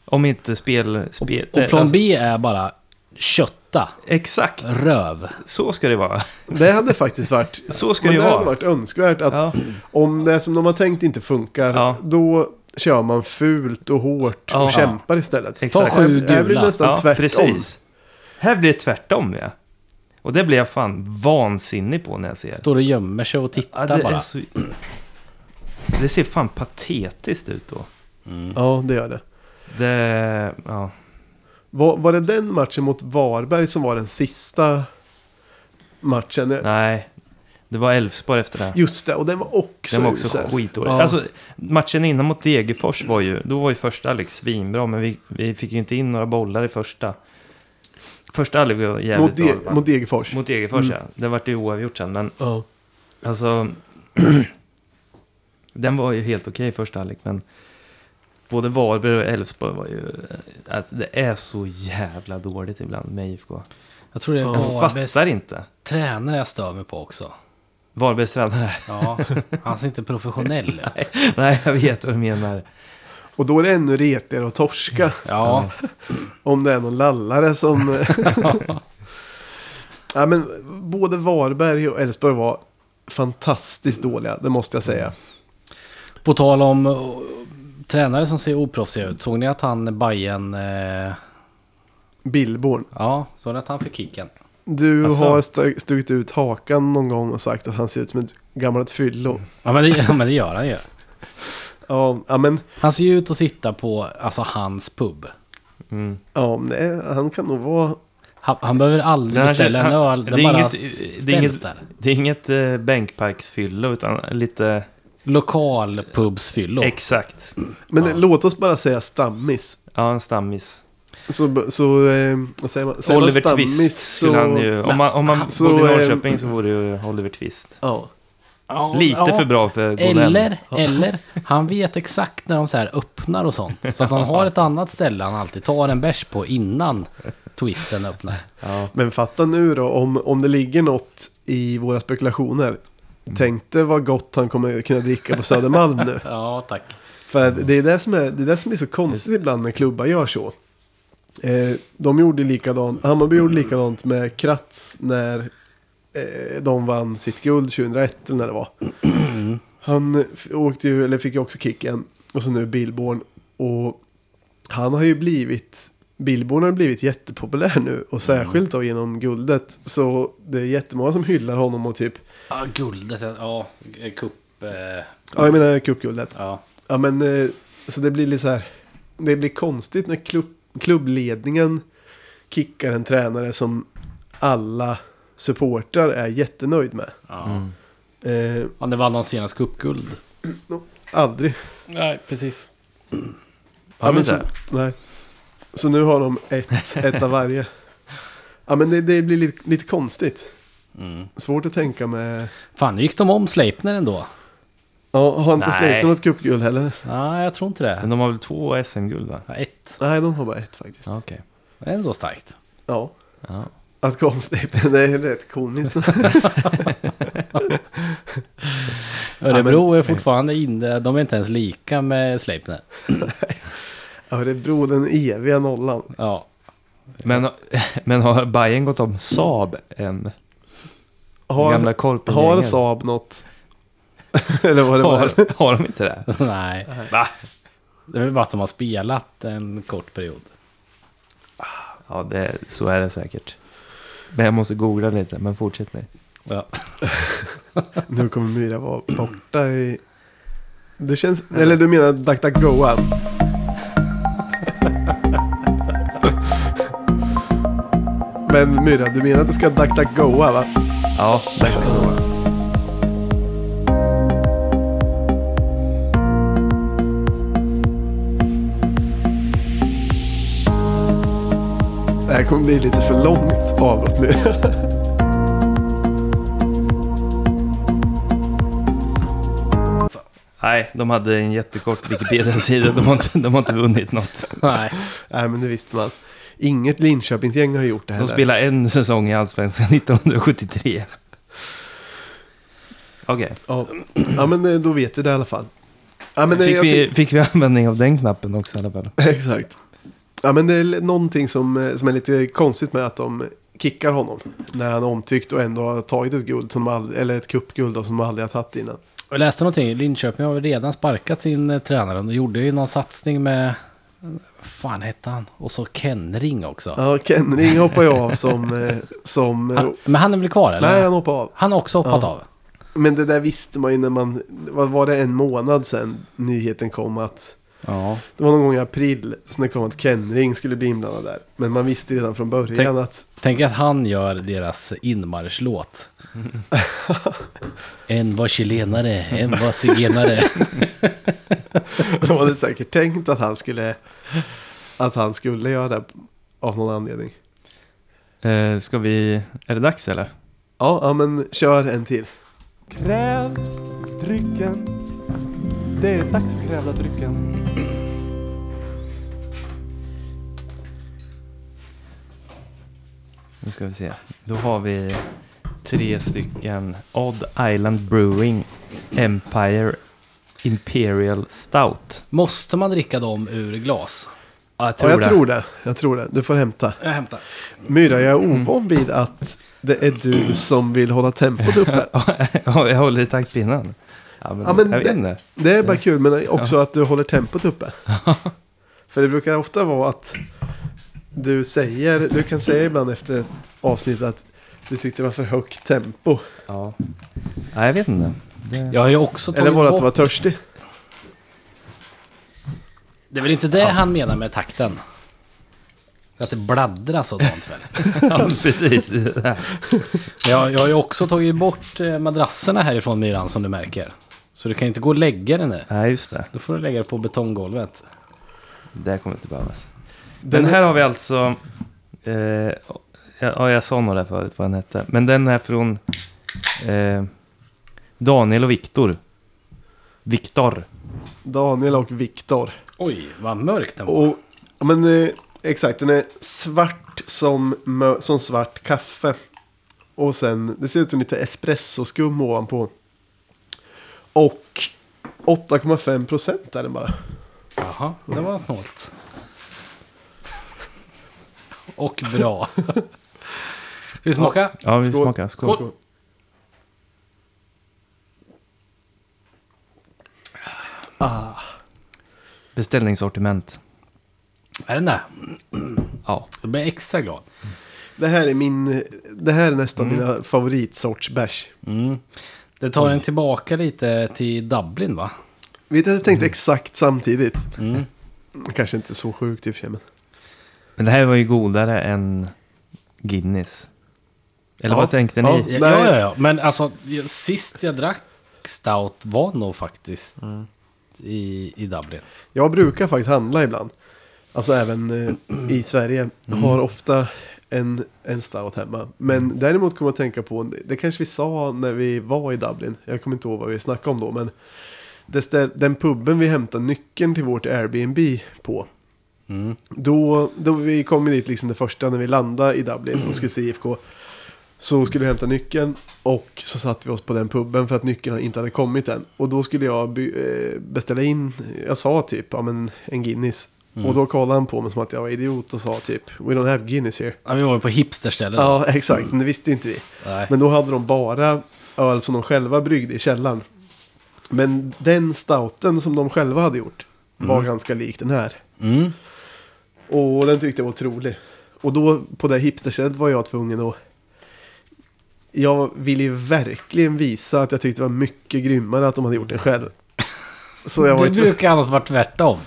Om inte spel... spel Alltså,
Och plan B är bara kötta,
Exakt,
röv.
så ska det vara.
Det hade faktiskt varit,
Så ska
men
det
det
vara.
hade varit önskvärt att
Ja.
om det som de har tänkt inte funkar,
Ja.
då kör man fult och hårt
Ja.
och kämpar istället.
Exakt.
Ta sju
Här- Här blir
gula.
det nästan tvärtom.
Här blir det tvärtom ja. Och det blir jag fan vansinnig på när jag ser.
Står och gömmer sig och
Ja,
tittar
det, är
bara.
så... det ser fan patetiskt ut då.
Mm.
Ja, det gör det.
Det, ja.
Var, var det den matchen mot Varberg som var den sista matchen?
Nej, det var Elfsborg efter det.
Just det, och den var också
Den var också
usel.
skitdålig.
Ja.
Alltså, matchen innan mot Degerfors var ju, då var ju första halvlek svinbra, men vi, vi fick ju inte in några bollar i första. Första halvlek var jävligt
mot,
bra.
De,
va?
mot Mm. Degerfors.
mot Degerfors ja. Det vart ju oavgjort sen, men
Ja.
Alltså, den var ju helt okej i första halvlek, men både Varberg och Elfsborg var ju... Alltså, det är så jävla dåligt ibland med IFK.
Jag tror det är
Jag
Varbergs
fattar inte.
tränare jag stör mig på också.
Varbergs tränare.
Ja, han ser inte professionell ut.
Nej, jag vet vad du menar.
Och då är det ännu retigare att torska.
Ja,
Om det är någon lallare som... ja, men både Varberg och Elfsborg var fantastiskt dåliga, det måste jag säga.
på tal om eh, tränare som ser oproffsiga ut. Såg ni att han Bajen... Eh,
Billborn,
ja, såg ni att han fick kicken?
du
Alltså.
har st- stuckit ut hakan någon gång och sagt att han ser ut som ett gammalt
Mm.
fyllo.
Ja men, det, ja, men det gör han ju.
Ja, ja, men
Han ser ju ut att sitta på, alltså hans pub.
ja, men det är- han kan nog vara
Han, han behöver aldrig
Men han
beställa en
känner- han-
öl, den
det är
bara
inget-
ställs
det är inget-
där.
Det är inget eh, bänkparksfyllo, utan lite...
Lokalpubsfyllo.
Exakt.
Men låt oss bara säga stammis.
Ja, en stammis.
Så, så eh, vad säger man? Säger man
Oliver
stammis
Twist
så-
skulle han ju... Om man, om man
så,
bodde i
eh,
Norrköping så vore ju Oliver Twist.
Ja.
Ja,
Lite
ja.
för bra för Godell.
Eller, eller, han vet exakt när de så här öppnar och sånt. Så att han har ett annat ställe han alltid tar en bärs på innan twisten öppnar.
Men fatta nu då, om, om det ligger något i våra spekulationer. Tänk dig vad gott han kommer kunna dricka på Södermalm nu.
Ja, tack.
För det är det som, är, det är det som blir så konstigt ibland när klubbar gör så. Eh, de gjorde likadant, Hammarby gjorde likadant med Kratz när eh, de vann sitt guld 2001 eller när det var. Han eh, f- åkte ju, eller fick ju också kicken. Och så nu Billborn. Och han har ju blivit, Billborn har blivit jättepopulär nu. Och särskilt då genom guldet. Så det är jättemånga som hyllar honom och typ,
Ja, guldet. Ja, kupp. Eh,
ja jag menar cupguldet.
ja.
Ja men eh, så det blir lite så här. Det blir konstigt när klubb, klubbledningen kickar en tränare som alla supportrar är jättenöjd med.
Ja.
Mm.
Eh,
ja, det vann han senast cupguld.
no, aldrig.
Nej, precis.
Har vi
så,
det?
nej. så nu har de ett, ett av varje. Ja men det, det blir lite, lite konstigt. Svårt att tänka med.
Mm. Fan, nu gick de om Sleipner ändå.
Ja, har inte
Nej.
Slayton något cupguld heller?
Nej, jag tror inte
Men
det.
de har väl två SM-guld va?
Ja, ett.
Nej, de har bara ett faktiskt. Ja.
Ja, okej.
Det är ändå starkt.
Ja.
Att komma Slayton, det är rätt komiskt.
Örebro är fortfarande inne. De är inte ens lika med Sleipner.
Örebro, den eviga nollan.
Ja.
Men, men har Bayern gått om Saab än?
Har,
Gamla korpengängen.
har Saab något? Eller vad det var?
Har, har de inte det?
Nej.
Va?
Det är väl bara att de har spelat en kort period.
Ja, det, så är det säkert. Men jag måste googla lite, men fortsätt nu.
Ja.
Nu kommer Myra vara borta i... Det känns... Eller du menar DuckDuckGoa? Men Myra, du menar att du ska DuckDuckGoa va?
Ja, tack.
Det här kommer bli lite för långt avbrott Myra.
Nej, de hade en jättekort Wikipedia-sida. De har inte, de har inte vunnit något.
Nej.
Nej men det visste man. Inget Linköpingsgäng har gjort det
De
heller.
spelade en säsong i Allsvenskan 1973. Okej,
Ja. ja men eh, då vet vi det i alla fall. Ja, men eh,
fick,
jag tyck-
vi, fick vi användning av den knappen också i alla fall?
Exakt. Ja, men det är l- någonting som, eh, som är lite konstigt med att de kickar honom. När han är omtyckt och ändå har tagit ett guld, som de ald- eller ett cupguld då, som de aldrig har tagit innan.
Jag läste någonting. Linköping har väl redan sparkat sin eh, tränare. De gjorde ju någon satsning med... fan hette han? Och så Kenring också.
Ja, Kenring hoppar ju av som... eh, som eh,
Han, men han är väl kvar eller?
nej, han hoppar av.
Han har också hoppat av.
Men det där visste man ju när man... Vad var det en månad sedan nyheten kom att...
Ja.
Det var någon gång i april som det kom att Kenring skulle bli inblandad där. Men man visste redan från början
Tänk-
att...
Tänk att han gör deras inmarschlåt. en var chilenare, en var zigenare.
De hade säkert tänkt att han skulle... Att han skulle göra det av någon anledning.
Eh, ska vi... Är det dags eller?
Ja, ja men kör en till.
Kräv drycken. Det är dags för krävda drycken.
Nu ska vi se. Då har vi tre stycken Odd Island Brewing Empire Imperial Stout.
Måste man dricka dem ur glas?
Ja, jag
ja, jag tror det. Jag tror det. Du får hämta.
Jag hämtar.
Myra, jag är ovan vid att det är du som vill hålla tempot uppe.
Ja, jag håller i taktpinnen. Ja, men,
Ja, men
jag vet
det-
inte.
Det är bara kul, men också att du håller tempot uppe. För det brukar ofta vara att du säger, du kan säga ibland efter ett avsnitt att du tyckte det var för högt tempo.
Ja. ja, jag vet inte.
Jag har ju också tagit
Eller var det att
bort...
du var törstig?
Det är väl inte det han menar med takten? Att det bladdras och sånt väl?
Ja, precis.
Men Jag, jag har ju också tagit bort eh, madrasserna härifrån Myran som du märker. Så du kan inte gå och lägga den nu.
Nej, just det.
Då får du lägga det på betonggolvet.
Det här kommer inte behövas. Den
Den
här har vi alltså... Eh, ja, jag sa nog det förut vad den hette. Men den är från eh, Daniel och Viktor. Viktor.
Daniel och Viktor.
Oj, vad mörkt den var.
Och, ja, men eh, exakt, den är svart som, mö- som svart kaffe. Och sen, det ser ut som lite espressoskum ovanpå. Och 8,5 procent är den bara.
Jaha, det var snålt. Och bra. Ska vi smaka?
Ja, vi
Skål.
smakar. Skål.
Skål.
Ah.
Beställningssortiment.
Är den där?
Ja.
Jag blir extra glad.
Det här är min, det här är nästan mina favoritsorts bärs.
Mm. Det tar en tillbaka lite till Dublin va?
Vet du, jag tänkte exakt samtidigt.
Mm.
Kanske inte så sjukt i och för sig, men.
Men det här var ju godare än Guinness. Eller
Ja.
vad tänkte
Ja.
ni?
Ja,
Nej.
ja, ja, ja. Men alltså sist jag drack stout var nog faktiskt
Mm.
i, i Dublin.
Jag brukar faktiskt handla ibland. Alltså även eh, i Sverige. Har ofta en, en stout hemma. Men däremot kommer jag att tänka på, det kanske vi sa när vi var i Dublin. Jag kommer inte ihåg vad vi snackade om då. Men det stä- den puben vi hämtade nyckeln till vårt Airbnb på.
Mm.
Då, då vi kom dit liksom det första när vi landade i Dublin och skulle se IFK. Så skulle vi hämta nyckeln och så satte vi oss på den puben för att nyckeln inte hade kommit än. Och då skulle jag by- eh, beställa in, jag sa typ, ja men en Guinness. Och då kollade han på mig som att jag var idiot och sa typ, we don't have Guinness here.
Ja, vi var ju på hipsterställen.
Ja, exakt, men det visste ju inte vi.
Nej.
Men då hade de bara öl som de själva bryggde i källaren. Men den stouten som de själva hade gjort var ganska lik den här.
Mm.
Och den tyckte jag var otrolig. Och då på det hipsterstället var jag tvungen att... Jag ville ju verkligen visa att jag tyckte det var mycket grymmare att de hade gjort den själv. Så jag var ju
Det
tvungen...
brukar annars vara tvärtom.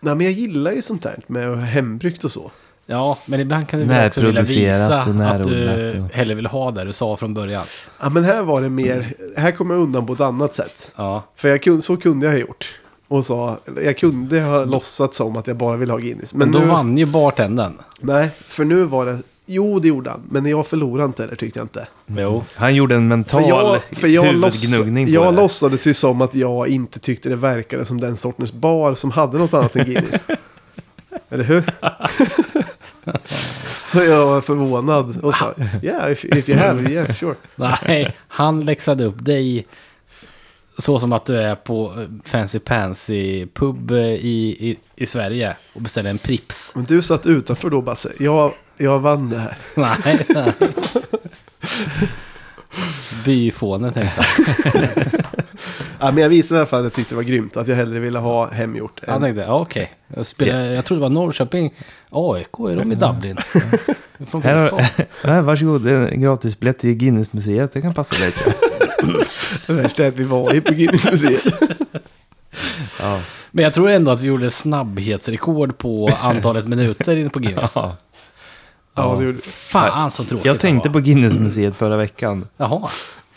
Nej men jag gillar ju sånt där med hembryggt och så.
Ja, men ibland kan du väl också vilja visa
Närproducerat och
att
närodlat
du
och-
hellre vill ha det du sa från början.
Ja men här var det mer... Här kom jag undan på ett annat sätt.
Ja.
För jag kun... så kunde jag ha gjort. Och sa... eller Jag kunde ha låtsats som att jag bara ville ha Guinness. Men
Men då
nu...
vann ju bartendern.
Nej, för nu var det... Jo, det gjorde han. Men jag förlorade inte heller tyckte jag inte.
Jo.
Han gjorde en mental
För jag, för jag, låts,
huvudgnuggning på det.
jag
där.
låtsades ju som att jag inte tyckte det verkade som den sortens bar som hade något annat än Guinness. Eller hur? så jag var förvånad och sa yeah, if, if you have, yeah, sure.
Nej, han läxade upp dig så som att du är på eh, Fancy Pansy pub eh, i, i, i Sverige och beställer en Prips.
Men du satt utanför då Basse. Jag, jag vann det här.
Nej, nej. Byfåne tänkte jag.
Ja, men jag visade i alla fall att jag tyckte det var grymt. Att jag hellre ville ha hemgjort.
Han
Än,
tänkte, ja, okej. Jag, spelar, jag trodde det var Norrköping. AIK, är de i Dublin? Från
Här har-
fotboll.
Nej, varsågod, det är en gratisbiljett till Guinnessmuseet. Det kan passa dig. tror jag.
det värsta är att vi var i på Guinness-museet.
ja.
Men jag tror ändå att vi gjorde snabbhetsrekord på antalet minuter inne på Guinness.
Ja.
Ja, det gjorde,
Fan så tråkigt
Jag tänkte
det
på
var.
Guinnessmuseet förra veckan.
Jaha.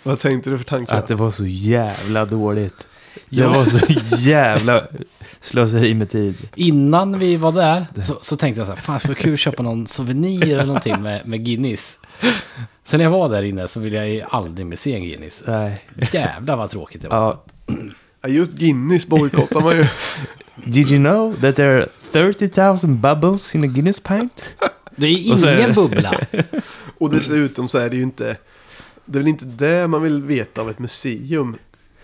vad tänkte du för tankar?
Att det var så jävla dåligt. Det
Ja.
var så jävla slöseri med tid.
Innan vi var där så, så tänkte jag så här, fan det vore kul att köpa någon souvenir eller någonting med, med Guinness. Sen när jag var där inne så ville jag ju aldrig mer se en Guinness.
Nej.
Jävlar vad tråkigt det var.
Ja.
Ja, just Guinness bojkottar man ju.
Did you know that there are 30,000 bubbles in a Guinness pint?
Det är
Och så är
ingen
det-
bubbla.
Och dessutom så är det ju inte... Det är väl inte det man vill veta av ett museum.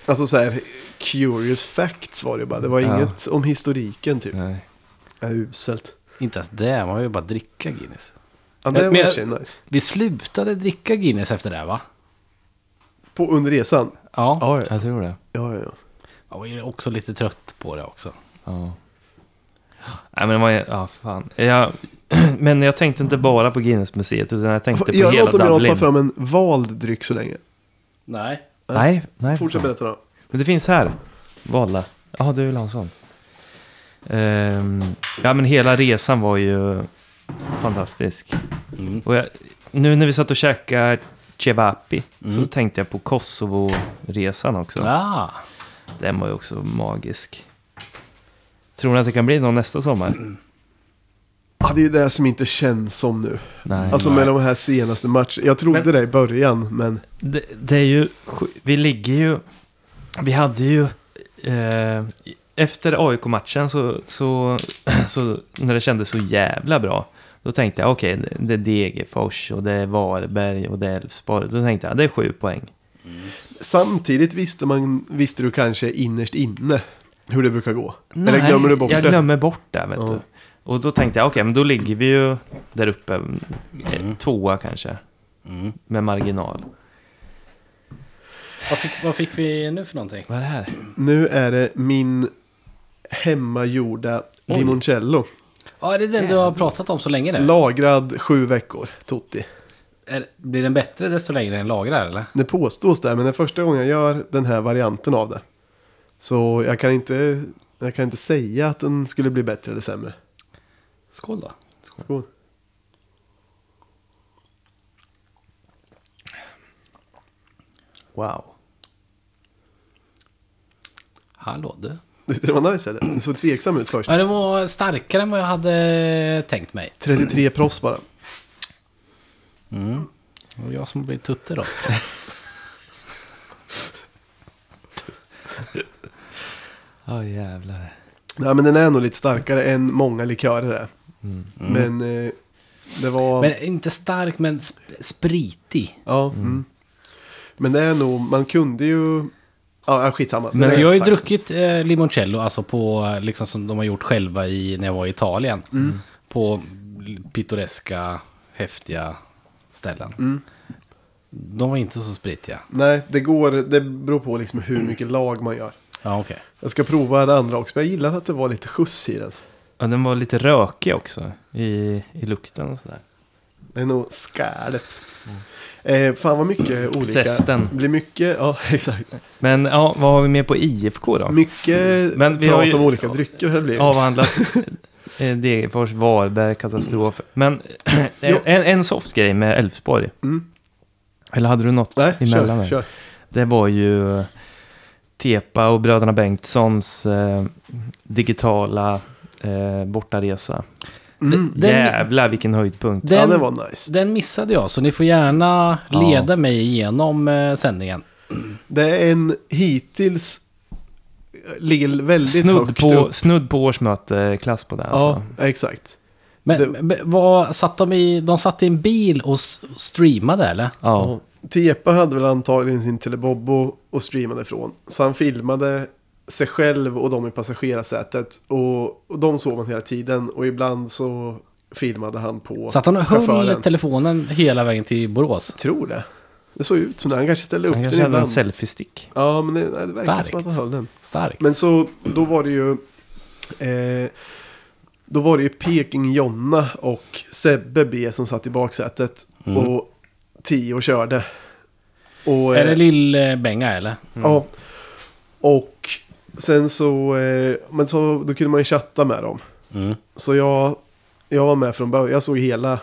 Alltså så här, curious facts var det ju bara. Det var
Ja.
inget om historiken typ.
Nej.
Ja, uselt.
Inte ens det, man vill ju bara dricka Guinness.
Ja,
Eh,
det var
Men
i och
jag-
för sig nice.
Vi slutade dricka Guinness efter det här, va?
På, under resan?
Ja.
Ja, ja,
Jag tror det.
ja. ja.
Jag var ju också lite trött på det också.
Ja. Nej men det var ju- ja fan. Jag, men jag tänkte inte bara på Guinnessmuseet utan jag tänkte på
Gör
hela
något om jag tar
Dublin.
fram en vald dryck så länge.
Nej.
Nej, nej.
Fortsätt
fan.
berätta då.
Men det finns här. Valda. Ja, du vill ha en sån. Ehm, ja, men hela resan var ju fantastisk.
Mm.
Och jag, nu när vi satt och käkade cevapi så tänkte jag på Kosovo-resan också.
Ah.
Den var ju också magisk. Tror ni att det kan bli någon nästa sommar?
Ja, Ah, det är ju det som inte känns som nu.
Nej.
Alltså med de här senaste matcherna. Jag trodde
Men-
det i början, men...
Det, det är ju, sj- vi ligger ju, vi hade ju, eh, efter AIK-matchen så, så, så, när det kändes så jävla bra, då tänkte jag okej, det- det är Degerfors och det är Varberg och det är Elfsborg, då tänkte jag det är sju poäng.
Samtidigt visste, man, visste du kanske innerst inne hur det brukar gå.
Nej,
Eller glömmer du bort
jag
det?
glömmer bort det, vet
Ja.
du. Och då tänkte jag okej, men då ligger vi ju där uppe, eh, tvåa kanske,
Mm.
med marginal.
Vad fick, vad fick vi nu för någonting?
Vad är det här?
Nu är det min hemmagjorda limoncello.
Ja, är det den du har pratat om så länge nu?
Lagrad sju veckor, Tutti.
Är- Blir den bättre desto längre den lagrar eller?
Det påstås det, men det är första gången jag gör den här varianten av det. Så jag kan inte, jag kan inte säga att den skulle bli bättre eller sämre.
Skål då.
Skål.
Wow.
Hallå du.
Tyckte det var nice eller? Den såg tveksam ut först.
Ja, den var starkare än vad jag hade tänkt mig.
33 proffs bara.
Mm. Det var jag som blev tutte då.
Ja jävlar.
Nej men den är nog lite starkare än många likörer är. Men eh, det var...
Men inte stark men sp- spritig.
Ja. Mm. Men det är nog, man kunde ju... Ja, skitsamma. Den
Men
är
jag har ju
stark.
druckit eh, limoncello, alltså på, eh, liksom som de har gjort själva i, när jag var i Italien.
Mm.
På l- pittoreska, häftiga ställen.
Mm.
De var inte så spritiga.
Nej, det går, det beror på liksom hur mycket lag man gör.
Ja, okej.
Jag ska prova det andra också, men jag gillade att det var lite skjuts i den.
Ja, den var lite rökig också i, i lukten och sådär.
Det är nog skälet.
Mm.
Eh, fan vad mycket olika.
Zesten.
blir mycket, ja exakt.
Men ja, vad har vi mer på IFK då?
Mycket
Mm. Men vi har
prat
ju-
om olika drycker har det blivit.
Avhandlat eh, Degerfors, Varberg, katastrof. Men
Jo.
en, en soft grej med Elfsborg.
Mm.
Eller hade du något
Nej,
emellan?
kör,
där?
kör.
Det var ju eh, Tepa och bröderna Bengtssons eh, digitala eh, bortaresa.
Mm.
Den-
Jävlar vilken höjdpunkt.
ja,
Den-
det var nice.
Den missade jag, så ni får gärna
Ja.
leda mig igenom eh, sändningen.
Det är en hittills eh, ligger väldigt
Snudd
högt
på,
upp.
snudd på årsmöteklass på det alltså.
Ja, exakt.
Men
Det-
men vad, satt de i, de satt i en bil och s- streamade eller?
Ja.
Ja. Tepa hade väl antagligen sin telebobbo och streamade från. Så han filmade sig själv och de i passagerarsätet. Och, och de såg man hela tiden. Och ibland så filmade han på
Satt han och höll
chauffören.
telefonen hela vägen till Borås?
Tror det. Det såg ut som det. Han kanske ställde upp
Han
den
kanske hade en
ibland.
selfiestick.
Ja, men det, nej, det verkar
Starkt.
som att han höll den.
Starkt.
Men så, då var det ju... Eh, då var det ju Peking Jonna och Sebbe B som satt i baksätet. Och Tio körde. Och,
Är det
eh,
Lill-Benga eller?
Ja. Och sen så, eh, men så, då kunde man ju chatta med dem.
Mm.
Så jag, jag var med från början, jag såg hela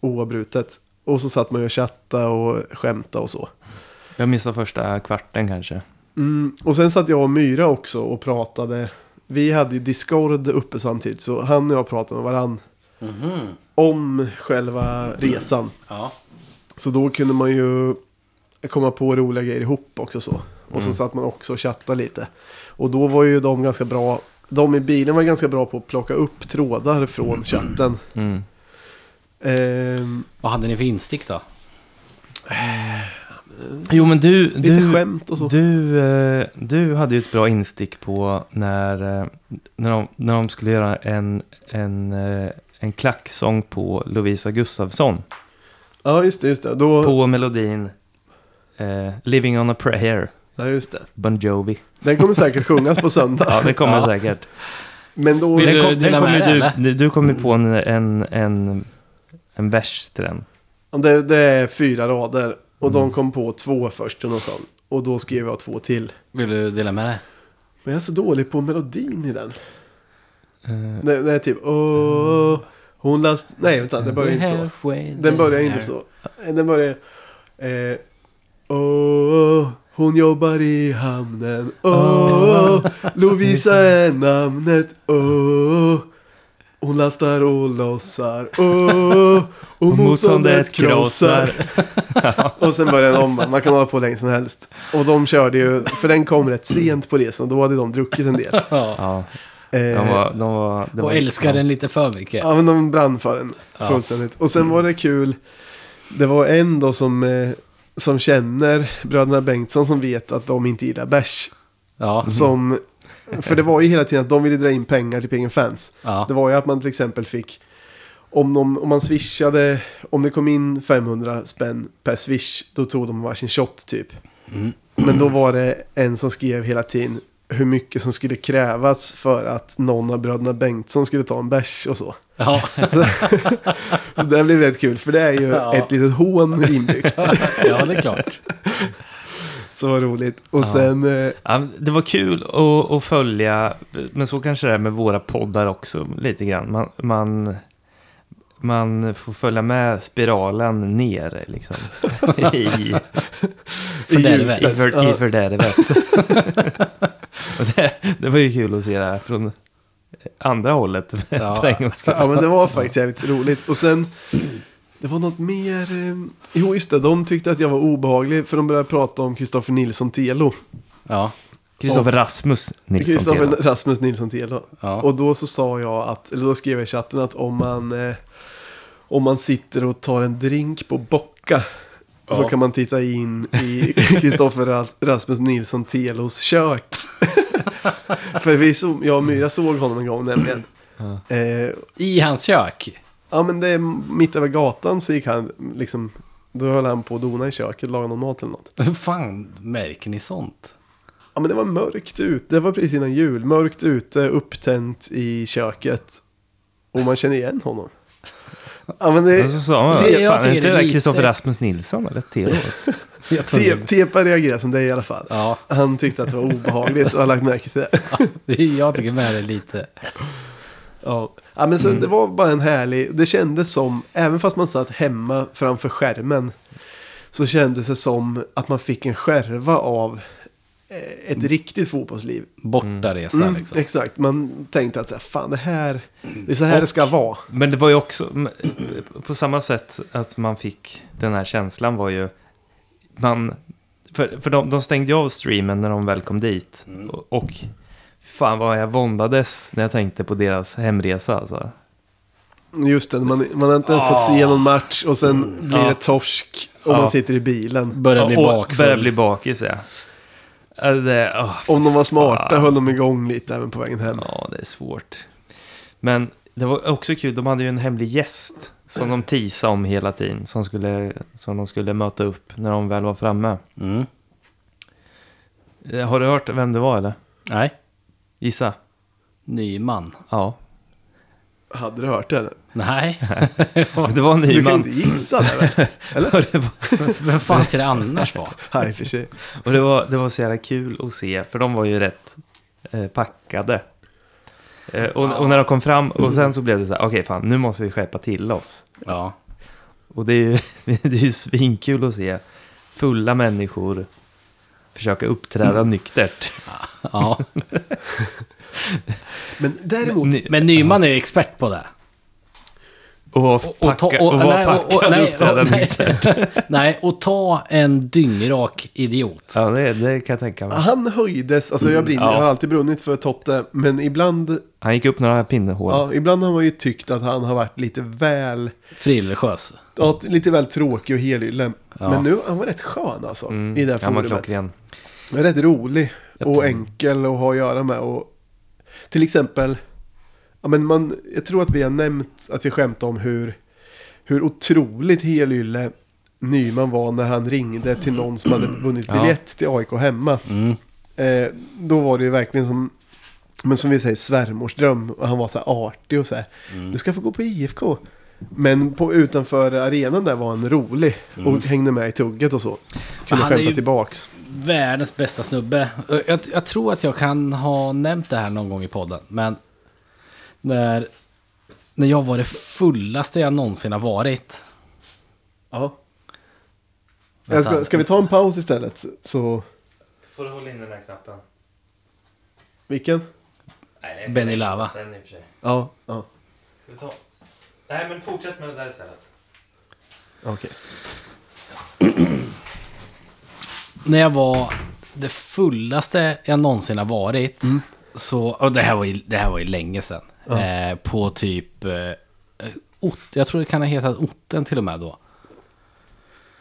oavbrutet. Och så satt man ju och chattade och skämtade och så.
Jag missade första kvarten kanske.
Mm, och sen satt jag och Myra också och pratade. Vi hade ju Discord uppe samtidigt, så han och jag pratade med varann. Om själva resan.
Ja.
Så då kunde man ju komma på roliga grejer ihop också så. Och
Mm.
så satt man också och chattade lite. Och då var ju de ganska bra. De i bilen var ganska bra på att plocka upp trådar från chatten.
Mm.
Ehm,
Vad hade ni för instick då?
Jo men du,
lite
du,
skämt och så.
du, eh, du hade ju ett bra instick på när, eh, när, de, när de skulle göra en, en, eh, en klacksång på Lovisa Gustafsson.
Ja, just det, just det. Då,
På melodin eh, Living on a prayer,
Ja, just det.
Bon Jovi.
Den kommer säkert sjungas på söndag.
Ja det kommer
Ja.
säkert.
Men då...
Vill
Den
du
kom, den
dela
kom
med
ju
dig,
du, du,
eller?
du kom ju på en, en, en, en vers till den.
Det, det är fyra rader. Och
Mm.
de kom på två först och något sånt. Och då skrev jag två till.
Vill du dela med dig?
Men jag är så dålig på melodin i den.
Mm.
Det, det är typ... Åh, hon last... Nej, vänta. Det börjar inte så. Den börjar inte så. Den börjar... Eh, åh, hon jobbar i hamnen. Åh, Lovisa är namnet. Åh, hon lastar och lossar. Åh, och motståndet krossar. Och sen börjar den om. Man kan hålla på hur länge som helst. Och de körde ju, för den kom rätt sent på resan. Då hade de druckit en del.
Ja.
Ja, de
Eh,
var, de var, det
Och
var
älskar den lite för mycket.
Ja, men de brann för den fullständigt. Och sen var det kul, det var en då som, eh, som känner bröderna Bengtsson som vet att de inte gillar bärs.
Ja.
Som, för det var ju hela tiden att de ville dra in pengar till Pengen Fans.
Ja.
Så det var ju att man till exempel fick, om, de, om man swishade, om det kom in 500 spänn per swish, då tog de varsin shot typ. Men då var det en som skrev hela tiden hur mycket som skulle krävas för att någon av bröderna Bengtsson skulle ta en bärs och så.
Ja,
Så, så det blev rätt kul, för det är ju
Ja.
ett litet hån inbyggt.
ja, det är klart.
Så vad roligt. Och sen, eh,
Ja, det var kul att, att följa, men så kanske det är med våra poddar också lite grann. Man, man, man får följa med spiralen ner liksom. I,
För det är det
djupet.
i,
väl.
för, i fördärvet. Och det, det var ju kul att se det här från andra hållet.
Ja.
För en gångs skull.
Ja men det var faktiskt jävligt roligt. Och sen, det var något mer... eh, Jo just det, de tyckte att jag var obehaglig för de började prata om Kristoffer Nilsson Telo.
Ja,
Kristoffer Rasmus Nilsson.
Kristoffer
Telo.
Rasmus Nilsson Telo.
Ja.
Och då så sa jag att, eller då skrev jag i chatten att om man, eh, om man sitter och tar en drink på Bocka så kan man titta in i Kristoffer Ras- Rasmus Nilsson Telos kök. För vi så, jag och Myra såg honom en gång nämligen. Eh,
i hans kök.
Ja men det är mitt över gatan så gick han liksom Då höll han på att dona i köket, laga någon mat eller något
Hur fan märker ni sånt?
Ja men det var mörkt ut, det var precis innan jul Mörkt ute, upptänt i köket Och man känner igen honom Ja men
Och så
det
sa man,
Det- jag
fan, är
tycker
inte det
det är
där
lite-
Kristoffer Rasmus Nilsson eller Telo?
Jag tror
te,
det,
Tepa reagerar som det i alla fall
ja,
Han tyckte att det var obehagligt och har lagt märke till det
jag tycker med det lite.
Ja, Mm. ja men sen, det var bara en härlig, det kändes som, även fast man satt hemma framför skärmen, så kändes det som att man fick en skärva av eh, ett riktigt fotbollsliv.
Bortaresa
Mm,
liksom.
Exakt, man tänkte att så här, fan det här, det är så här det ska vara.
Men det var ju också, m- på samma sätt att man fick den här känslan var ju, man, för, för de, de stängde ju av streamen när de väl kom dit. Och, och fan vad jag våndades när jag tänkte på deras hemresa alltså.
Just det, man, man har inte ens fått se någon match och sen blir det torsk och
Ah. Mm. Ja.
man sitter i bilen.
Börjar bli
Och- och
bakfull.
Började bli bakis ja. Ja, Det, åh,
Om de var smarta
Fan.
höll de igång lite även på vägen hem.
ja, det är svårt. Men det var också kul, de hade ju en hemlig gäst som de teasade om hela tiden. Som, skulle, som de skulle möta upp när de väl var framme.
Mm.
Eh, Har du hört vem det var eller?
Nej,
Gissa.
ny man.
Ja.
Hade du hört det? eller?
Nej,
Det var en
Du kan inte
Nyman.
gissa det väl?
Och det var,
vem fan ska det annars vara?
Nej, i och för sig.
och det var, det var så jävla kul att se, för de var ju rätt eh, packade. Eh, och, och när de kom fram, och sen så blev det så här, okej fan, nu måste vi skärpa till oss.
Ja,
Och det är ju, det är ju svinkul att se fulla människor försöka uppträda nyktert.
ja.
Men däremot,
Ny-
Men Nyman är ju expert på det.
och vara packa- och vara packad och uppträda
nej,
nyktert.
nej, och ta en dyngrak idiot.
Ja, det, det kan jag tänka mig.
Han höjdes, alltså jag brinner,
Ja.
jag har alltid brunnit för Totte, men ibland,
Han gick upp några pinnhål.
ja, ibland har man ju tyckt att han har varit lite väl,
Frillesjös.
ja, lite väl tråkig och helylle.
Ja.
Men nu, han var rätt skön alltså,
Mm,
i det här
han var
forumet.
klockren.
Rätt rolig och enkel att ha att göra med och till exempel, ja men man, jag tror att vi har nämnt att vi skämtade om hur, hur otroligt helylle Nyman var när han ringde till någon som hade vunnit
Ja.
biljett till AIK hemma.
Mm.
Eh, då var det ju verkligen som, men som vi säger, svärmorsdröm. Och han var så här artig och så här, du ska få gå på IFK. Men på, utanför arenan där var han rolig och hängde med i tugget och så. Kunde
han är
skämta
ju-
tillbaks.
Världens bästa snubbe. Jag, jag tror att jag kan ha nämnt det här någon gång i podden, men när, när jag var det fullaste jag någonsin har varit.
Ja. Jag ska, ska vi ta en paus istället? Så,
Får du hålla in den här knappen?
vilken?
Benny Lava.
Ja, ja.
Ska vi ta? Nej, men fortsätt med det där istället.
okej.
När jag var det fullaste jag någonsin har varit, så, och det här var ju, det här var ju länge sedan, eh, på typ, eh, Ot, jag tror det kan ha hetat Otten till och med då.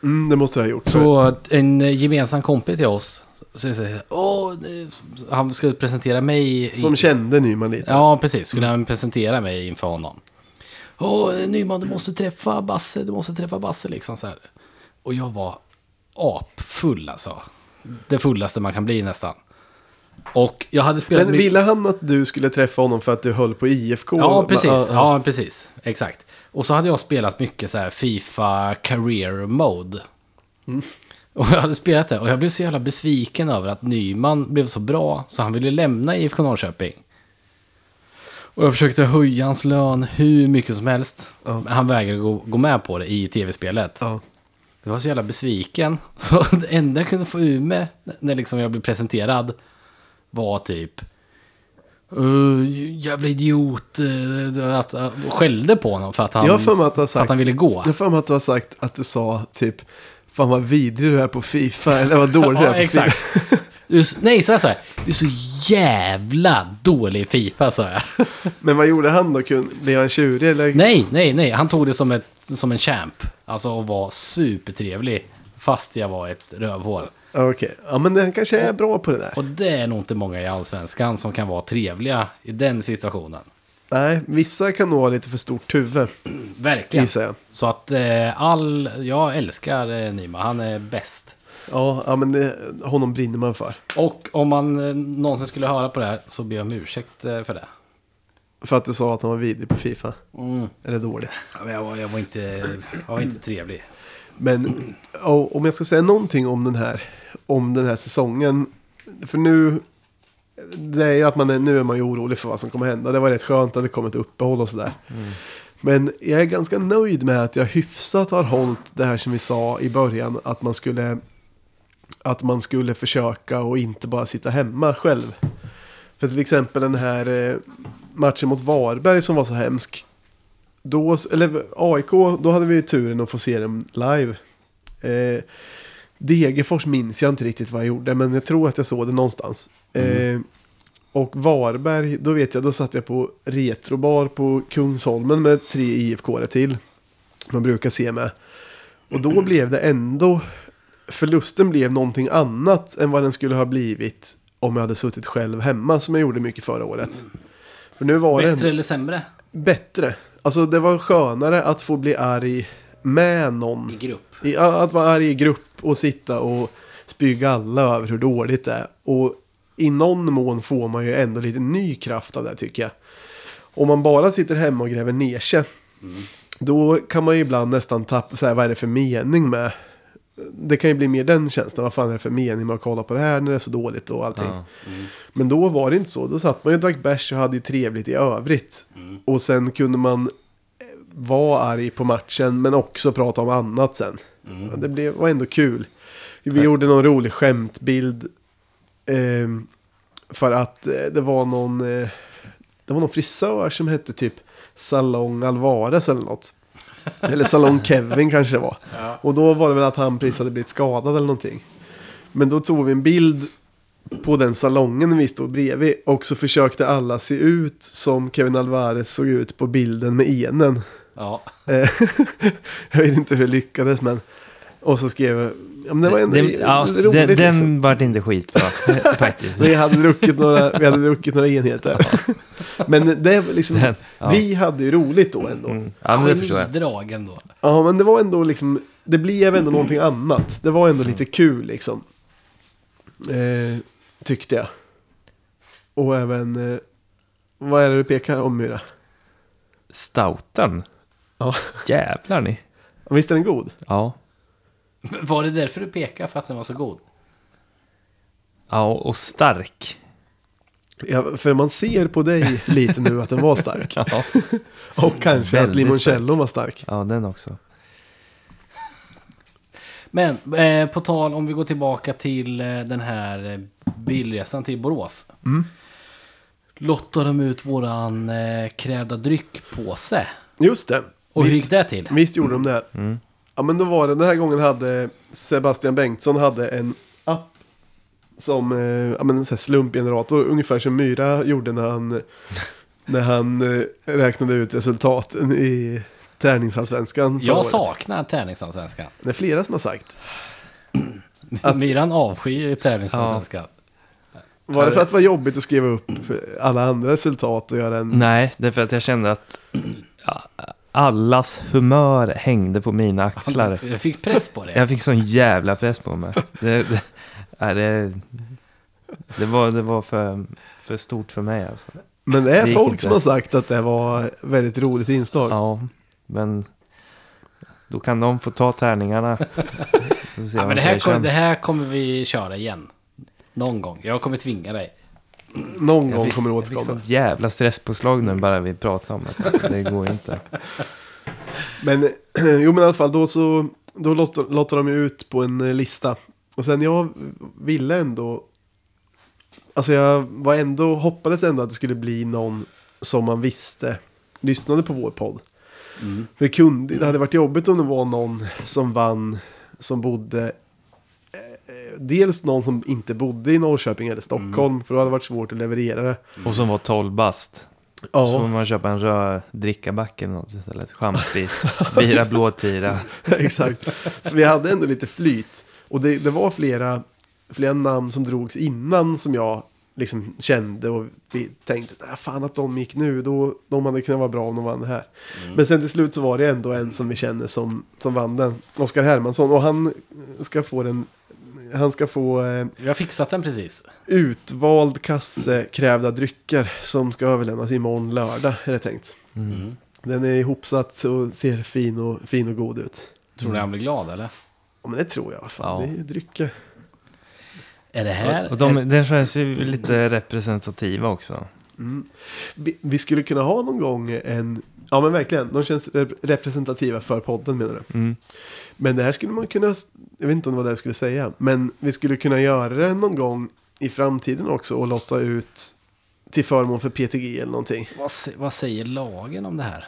Mm, det måste det ha gjort.
Så en gemensam kompis till oss, så jag säger, Åh, nu- han skulle presentera mig. i-
som kände Nyman lite.
Ja, precis. Skulle han presentera mig inför honom. Åh, Nyman, du måste träffa Basse, du måste träffa Basse, liksom så här. Och jag var apfull alltså. det fullaste man kan bli nästan. Och jag hade spelat...
Men
mycket-
ville han att du skulle träffa honom för att du höll på IFK?
Ja, precis.
Ja, ja.
Ja, precis. Exakt. Och så hade jag spelat mycket så här Fifa Career Mode.
Mm.
Och jag hade spelat det och jag blev så jävla besviken över att Nyman blev så bra så han ville lämna IFK Norrköping. Och jag försökte höja hans lön hur mycket som helst.
Ja.
Men Han vägrade gå, gå med på det i tv-spelet.
Ja.
Jag var så jävla besviken. Så det enda jag kunde få ur mig när liksom jag blev presenterad var typ "Eh, jävla idiot. eh, att, att, skällde på honom för att han,
jag har för mig att du har sagt...
att han ville gå.
Jag har för mig att du har sagt att du sa typ... Fan vad vidrig du är på Fifa. Eller vad dålig du är
Ja,
på
exakt.
Fifa.
Du, är så- nej, så här, så här. Du är så jävla dålig i Fifa, sa jag.
Men vad gjorde han då? Kun- Blev han tjurig eller?
Nej, nej, nej. Han tog det som, ett, som en champ. Alltså och var supertrevlig. Fast jag var ett rövhål.
Okej. Ja, men han kanske är bra på det där.
Och det är nog inte många i allsvenskan som kan vara trevliga i den situationen.
Nej, vissa kan nog ha lite för stort huvud.
Verkligen.
Gissar jag.
Så att eh, all, jag älskar eh, Nima, han är bäst.
Ja, ja men det, honom brinner man för.
Och om man eh, någonsin skulle höra på det här så ber jag om ursäkt eh, för det.
För att du sa att han var vidrig på Fifa. Eller dålig.
Ja, men Jag var, jag var, inte, jag var inte trevlig.
Men ja, om jag ska säga någonting om den här, om den här säsongen. För nu, det är ju att man är, nu är man ju orolig för vad som kommer hända. Det var rätt skönt att det kom ett uppehåll och sådär. Men jag är ganska nöjd med att jag hyfsat har hållit det här som vi sa i början. Att man skulle, att man skulle försöka och inte bara sitta hemma själv. För till exempel den här eh, matchen mot Varberg som var så hemsk då, eller AIK, då hade vi turen att få se dem live. Eh, Degerfors minns jag inte riktigt vad jag gjorde, men jag tror att jag såg det någonstans. Eh, och Varberg, då vet jag, då satt jag på Retrobar på Kungsholmen med tre IFK-are till. Man brukar se med. Och då blev det ändå, förlusten blev någonting annat än vad den skulle ha blivit om jag hade suttit själv hemma som jag gjorde mycket förra året. För nu var det
Bättre eller sämre?
bättre. Alltså det var skönare att få bli arg med någon.
I grupp.
I, att vara arg i grupp och sitta och spyga alla över hur dåligt det är. Och i någon mån får man ju ändå lite ny kraft av det tycker jag. Om man bara sitter hemma och gräver ner sig. Då kan man ju ibland nästan tappa, så här, vad är det för mening med? Det kan ju bli mer den känslan, vad fan är det för mening med att kolla på det här när det är så dåligt och allting.
Ja.
Men då var det inte så. Då satt man ju och drack bärs och hade ju trevligt i övrigt. Och sen kunde man eh, vara arg på matchen men också prata om annat sen. Och Det blev, var ändå kul. Vi gjorde någon rolig skämtbild. ehm, för att eh, det var någon... Eh, det var någon frisör som hette typ Salong Alvarez eller något. Eller Salong Kevin kanske det var. Och då var det väl att han precis hade blivit skadad eller någonting. Men då tog vi en bild på den salongen vi stod bredvid. Och så försökte alla se ut som Kevin Alvarez såg ut på bilden med enen.
Ja.
Eh, jag vet inte hur det lyckades men. Och så skrev jag. Ja, men det var ändå
Den-
i-
ja,
roligt
den,
liksom.
den vart inte skitbra faktiskt.
Vi hade druckit några, vi hade druckit några enheter. Men det var liksom,
Den- ja.
vi hade ju roligt då ändå.
Mm. Ja, men det förstår jag.
Genidragen då.
Ja, men det var ändå liksom, det blev ändå någonting annat. Det var ändå lite kul liksom. Eh, tyckte jag. Och även, eh, vad är det du pekar om Myra?
Stouten.
Ja.
Jävlar ni.
Visst är den god?
Ja.
Var det därför du pekade för att den var så god?
Ja, och stark.
Ja, för man ser på dig lite nu att den var stark.
Ja,
Och kanske att
Väldigt
limoncellon var stark.
ja den också.
Men eh, på tal om vi går tillbaka till eh, den här eh, bilresan till Borås. Mm. Lottade de ut våran eh, krävda dryckpåse.
Just det.
Och hur
Visst.
gick det till?
Visst gjorde de det.
Mm.
Ja men då var det, den här gången hade Sebastian Bengtsson hade en app som, eh, ja men en sån här slumpgenerator, ungefär som Myra gjorde när han, när han eh, räknade ut resultaten i tärningsallsvenskan förra
Jag
året.
saknar tävlingsansvenskan.
Det är flera som har sagt. Att-
Att... Myran avskyr tävlingsansvenskan.
Var det för att det var jobbigt att skriva upp alla andra resultat och göra en...
Nej, därför att jag kände att ja, allas humör hängde på mina axlar.
Jag fick press på det.
Jag fick sån jävla press på mig. Det, det, Nej, det, det var, det var för, för stort för mig alltså.
Men det är
Det gick
folk
inte.
som har sagt att det var väldigt roligt inslag.
Ja, men då kan de få ta tärningarna. Får se
Ja,
vad
men
han
det, här
säger
kommer,
sen.
det här kommer vi köra igen. Någon gång. Jag kommer tvinga dig.
Någon
Jag
gång
fick-
kommer det
jag fick
återkomma.
sånt jävla stresspåslag nu bara vi pratar om det. Alltså, det går ju inte.
Men jo men i alla fall då så då låter, låter de ju ut på en eh, lista. Och sen jag ville ändå. Alltså jag var ändå hoppades ändå att det skulle bli någon som man visste lyssnade på vår podd.
Mm.
För det, kunde, det hade varit jobbigt om det var någon som vann som bodde. eh, Dels någon som inte bodde i Norrköping eller Stockholm. För då hade det varit svårt att leverera det.
Och som var 12 bast.
Ja.
Så får man köpa en röd drickaback eller något istället. Champis, bira blåtira.
Exakt. Så vi hade ändå lite flyt. Och det, det var flera, flera namn som drogs innan som jag liksom kände och vi tänkte "Ah, fan att de gick nu, då, de hade kunnat vara bra om de vann det här. Men sen till slut så var det ändå en som vi känner som, som vann den, Oskar Hermansson. Och han ska få den, han ska få eh,
Vi har fixat den precis.
utvald kasse krävda drycker som ska överlämnas imorgon lördag är det tänkt.
Mm.
Den är ihopsatt och ser fin och, fin och god ut.
Tror ni han blir glad eller?
Ja, men det tror jag i alla fall.
Ja.
Det är ju drycker.
Är det här...
Och de, den känns ju lite representativa också.
Vi, vi skulle kunna ha någon gång en... Ja men verkligen, de känns rep- representativa för podden menar du.
Mm.
Men det här skulle man kunna... Jag vet inte om det var det jag skulle säga. Men vi skulle kunna göra det någon gång i framtiden också och lotta ut till förmån för PTG eller någonting.
vad, sä- vad säger lagen om det här?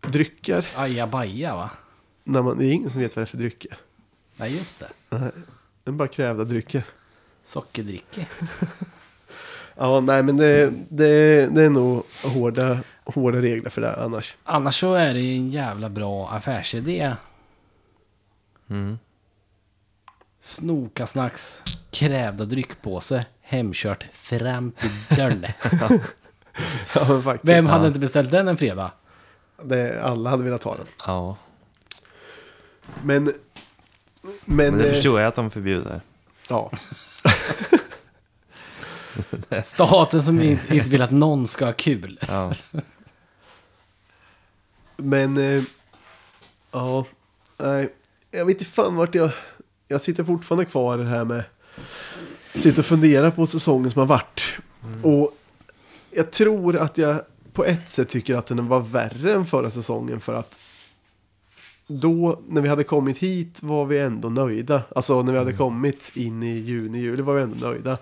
Drycker.
Ajabaja va?
När man, det är ingen som vet vad det är för drycker.
Nej just det.
Det är bara krävda drycker.
Sockerdricke.
Ja, nej men det, det, det är nog hårda, hårda regler för det här annars.
Annars så är det ju en jävla bra affärsidé.
Mm.
Snokasnacks krävda dryckpåse hemkört fram till dörren.
Typ, Ja, men faktiskt.
Vem hade inte beställt den en fredag?
Det, alla hade velat ha den.
Ja,
Men... Men,
men det
eh,
förstår jag att de förbjuder.
Ja.
Staten som inte, inte vill att någon ska ha kul.
Ja.
Men... eh, Ja. Nej. Jag vet inte fan vart jag... Jag sitter fortfarande kvar i det här med... Sitter och funderar på säsongen som har varit. Och jag tror att jag på ett sätt tycker att den var värre än förra säsongen för att då när vi hade kommit hit var vi ändå nöjda. Alltså när vi hade kommit in i juni, juli var vi ändå nöjda.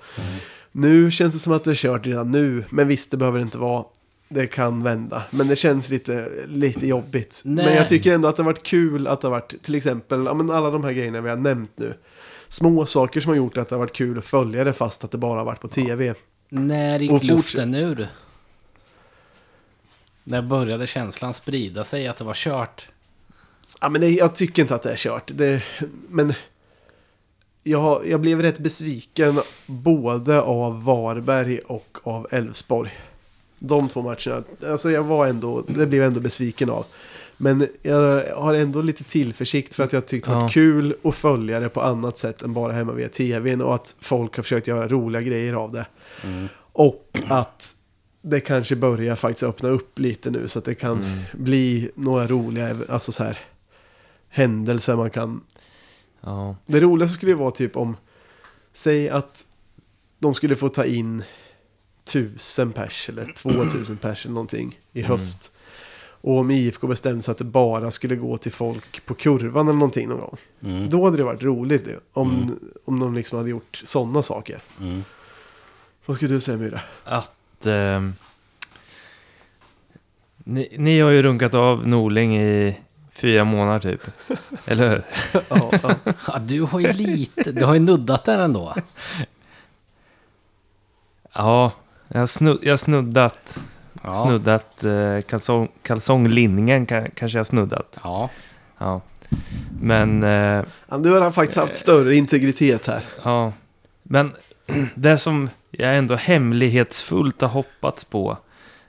Nu känns det som att det är kört redan nu, men visst det behöver det inte vara. Det kan vända, men det känns lite, lite jobbigt.
Nej.
Men jag tycker ändå att det har varit kul att det har varit till exempel ja, men alla de här grejerna vi har nämnt nu. Små saker som har gjort att det har varit kul att följa det fast att det bara har varit på tv.
När
Och
gick
fortsätt.
luften ur? När började känslan sprida sig att det var kört?
Ja, men det, jag tycker inte att det är kört. Det, men jag, jag blev rätt besviken både av Varberg och av Elfsborg. De två matcherna. Alltså jag var ändå, det blev jag ändå besviken av. Men jag har ändå lite tillförsikt för att jag tyckte det var
Ja.
kul att följa det på annat sätt än bara hemma via tvn och att folk har försökt göra roliga grejer av det. Och att det kanske börjar faktiskt öppna upp lite nu så att det kan bli några roliga alltså så här, händelser man kan...
Ja.
Det roligaste skulle ju vara typ om, säg att de skulle få ta in tusen pers eller 2000 pers eller någonting i höst. Och om IFK bestämde sig att det bara skulle gå till folk på kurvan eller någonting någon gång.
Mm.
Då hade det varit roligt ju, om, om de liksom hade gjort sådana saker.
Mm.
Vad skulle du säga Myra?
att ehm, ni, ni har ju runkat av Norling i fyra månader typ. Eller hur?
Ja, ja.
Ja, du har ju lite, du har ju nuddat den ändå.
Ja, jag har snu, jag har snuddat,
Ja.
snuddat eh, kalsong, kalsonglinningen ka- kanske jag har snuddat.
Ja.
Ja. Men, eh,
Ja, Du har faktiskt haft större integritet här.
ja. Men det som jag ändå hemlighetsfullt har hoppats på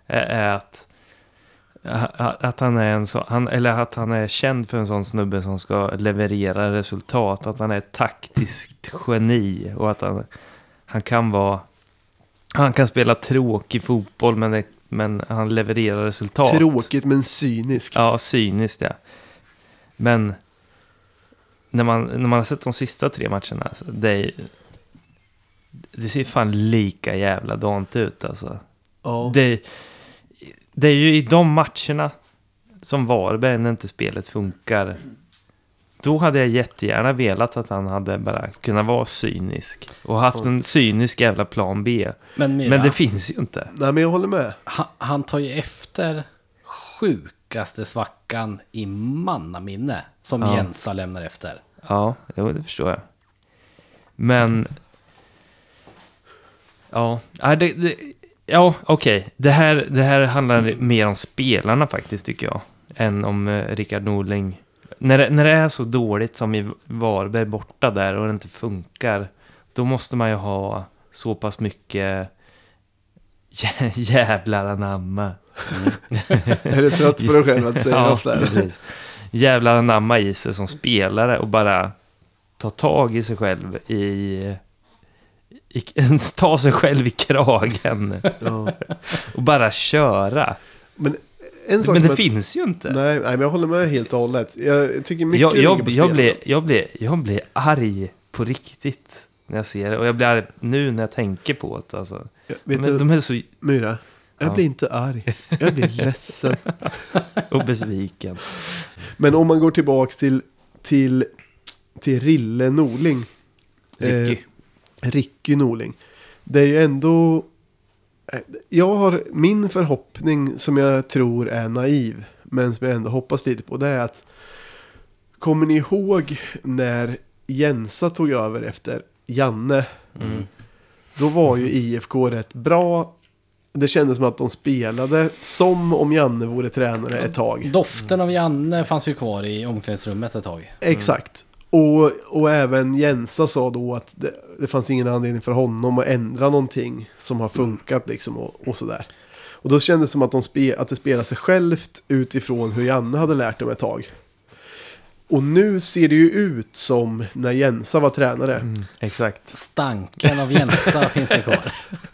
är, är att Att han, är en så, han, eller att han är känd för en sån snubbe som ska leverera resultat. Att han är ett taktiskt geni och att han, han kan vara... Han kan spela tråkig fotboll men, det, men han levererar resultat.
Tråkigt men cyniskt.
Ja, cyniskt ja. Men när man, när man har sett de sista tre matcherna, alltså, det, är, det ser fan lika jävla dant ut alltså.
Ja.
Det, det är ju i de matcherna som Varberg, när inte spelet funkar, då hade jag jättegärna velat att han hade bara kunnat vara cynisk. Och haft en cynisk jävla plan B.
Men, Mira,
Men det finns ju inte.
Nej men jag håller med.
han, han tar ju efter sjukaste svackan i mannaminne som
Ja.
Jensa lämnar efter.
Ja, jo, det förstår jag. Men... Ja, ja, det, det, ja okej. Det, här, det här handlar mer om spelarna faktiskt, tycker jag. Än om eh, Rickard Norling. När det, när det är så dåligt som i Varberg borta där och det inte funkar. Då måste man ju ha så pass mycket jä- jävlar anamma.
Är du trött på dig själv att säga det ofta?
precis. Jävlar anamma i sig som spelare och bara ta tag i sig själv i... i ta sig själv i kragen
Ja.
och bara köra.
Men en sak
Men det
som jag-
finns ju inte.
Nej, nej, men jag håller med helt och hållet. Jag tycker mycket
Jag,
ligger
jag,
på
jag,
spelarna.
blir, jag, blir, jag blir arg på riktigt när jag ser det. Och jag blir arg nu när jag tänker på det. Alltså.
Jag- Vet
Men
du,
de är så
Myra? Jag
Ja.
blir inte arg. Jag blir ledsen.
och besviken.
Men om man går tillbaka till, till, till Rille Norling. eh,
Ricky.
Ricky Norling. Det är ju ändå... eh, Jag har min förhoppning som jag tror är naiv. Men som jag ändå hoppas lite på. Det är att... Kommer ni ihåg när Jensa tog över efter Janne? Då var ju IFK rätt bra. Det kändes som att de spelade som om Janne vore tränare ett tag.
Doften av Janne fanns ju kvar i omklädningsrummet ett tag.
Exakt. Och, och även Jensa sa då att det, det fanns ingen anledning för honom att ändra någonting som har funkat liksom och, och sådär. Och då kändes det som att, de spe, att det spelade sig självt utifrån hur Janne hade lärt dem ett tag. Och nu ser det ju ut som när Jensa var tränare.
Mm. Exakt.
Stanken av Jensa finns det kvar.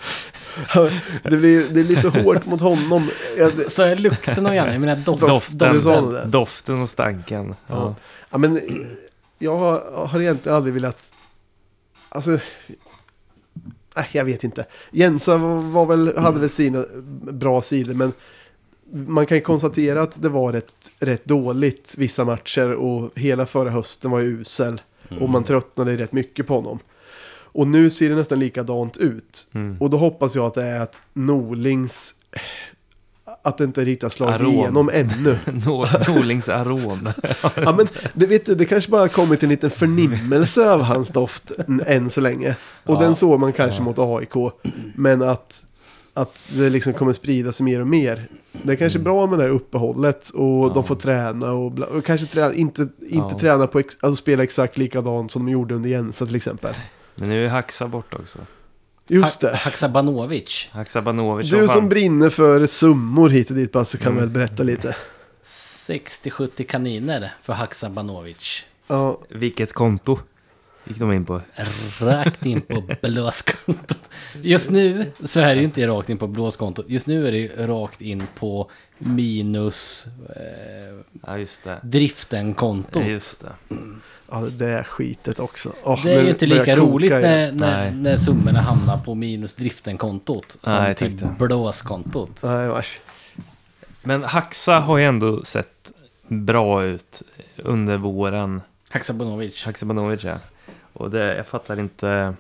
Det, blir, det blir så hårt mot honom. Ja, det,
Så är lukten av Janne, jag menar doft,
Doften,
du sa det där.
doften och stanken. Ja.
Ja, men jag har, har egentligen aldrig velat... Alltså... Nej, jag vet inte. Jensa var, var väl, hade väl sina bra sidor, men man kan ju konstatera att det var rätt, rätt dåligt vissa matcher och hela förra hösten var ju usel. Och man tröttnade rätt mycket på honom. Och nu ser det nästan likadant ut. Och då hoppas jag att det är att Norlings... Att det inte riktigt har slagit
Arom.
igenom ännu.
Nor- Norlings arom.
Ja, men det, vet du, det kanske bara har kommit en liten förnimmelse av hans doft n- än så länge. Och den såg man kanske mot AIK. Men att, att det liksom kommer sprida sig mer och mer. Det är kanske
Mm.
är bra med det här uppehållet och de får träna och, bla, och kanske träna, inte, inte
Ja.
träna på ex, alltså spela exakt likadant som de gjorde under Jensa till exempel.
Men nu är Haxa borta också.
Just det.
Haksabanovic.
Haksabanovic
Du
fan-
som brinner för summor hit och dit Basse kan
Mm.
väl berätta lite.
60-70 kaniner för Haksabanovic.
Ja,
Vilket konto gick de in på?
Rakt in på blåskontot. Just nu så är det ju inte rakt in på blåskontot. Just nu är det ju rakt in på minus eh,
Ja, just det.
driften-kontot.
Ja, just det.
ja det där skitet också. Åh,
Det är
nu
ju inte
börjar
lika
jag koka
roligt
igen.
när, när,
Nej.
när summorna hamnar på minus driften-kontot som
Nej,
till
tack det.
blåskontot.
Nej, vars.
Men Haxa har ju ändå sett bra ut under våren.
Haksabanovic.
Haksabanovic, ja. Och det, jag fattar inte...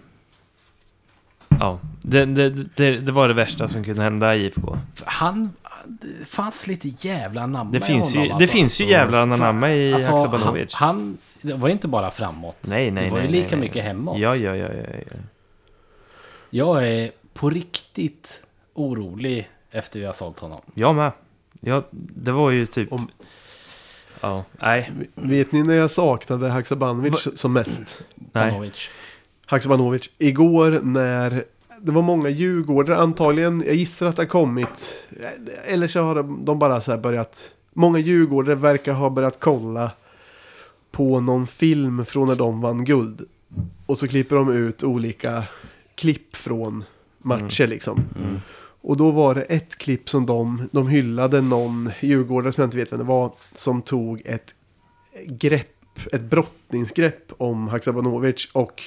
Ja, det, det, det, det var det värsta som kunde hända i IFK.
Han, det fanns lite jävla namn
Det,
i
finns, ju,
honom,
det
alltså.
finns ju jävlar anamma i
Alltså, han,
Haksabanovic.
han, det var ju inte bara framåt.
nej, nej,
det var
nej,
ju
nej,
lika
nej.
mycket hemåt.
Ja, ja, ja, ja, ja.
Jag är på riktigt orolig efter vi har sålt honom.
Jag med. Ja, det var ju typ...
Om-
Ja, nej.
Vet ni när jag saknade Haksabanovic som mest?
nej.
Banovic.
Haksabanovic. Igår när, det var många Djurgårdare antagligen. Jag gissar att det har kommit. Eller så har de- de bara så här börjat. Många Djurgårdare verkar ha börjat kolla på någon film från när de vann guld. Och så klipper de ut olika klipp från matcher liksom. Och då var det ett klipp som de, de hyllade någon Djurgårdare som jag inte vet vem det var. Som tog ett grepp, ett brottningsgrepp om Haksabanovic. Och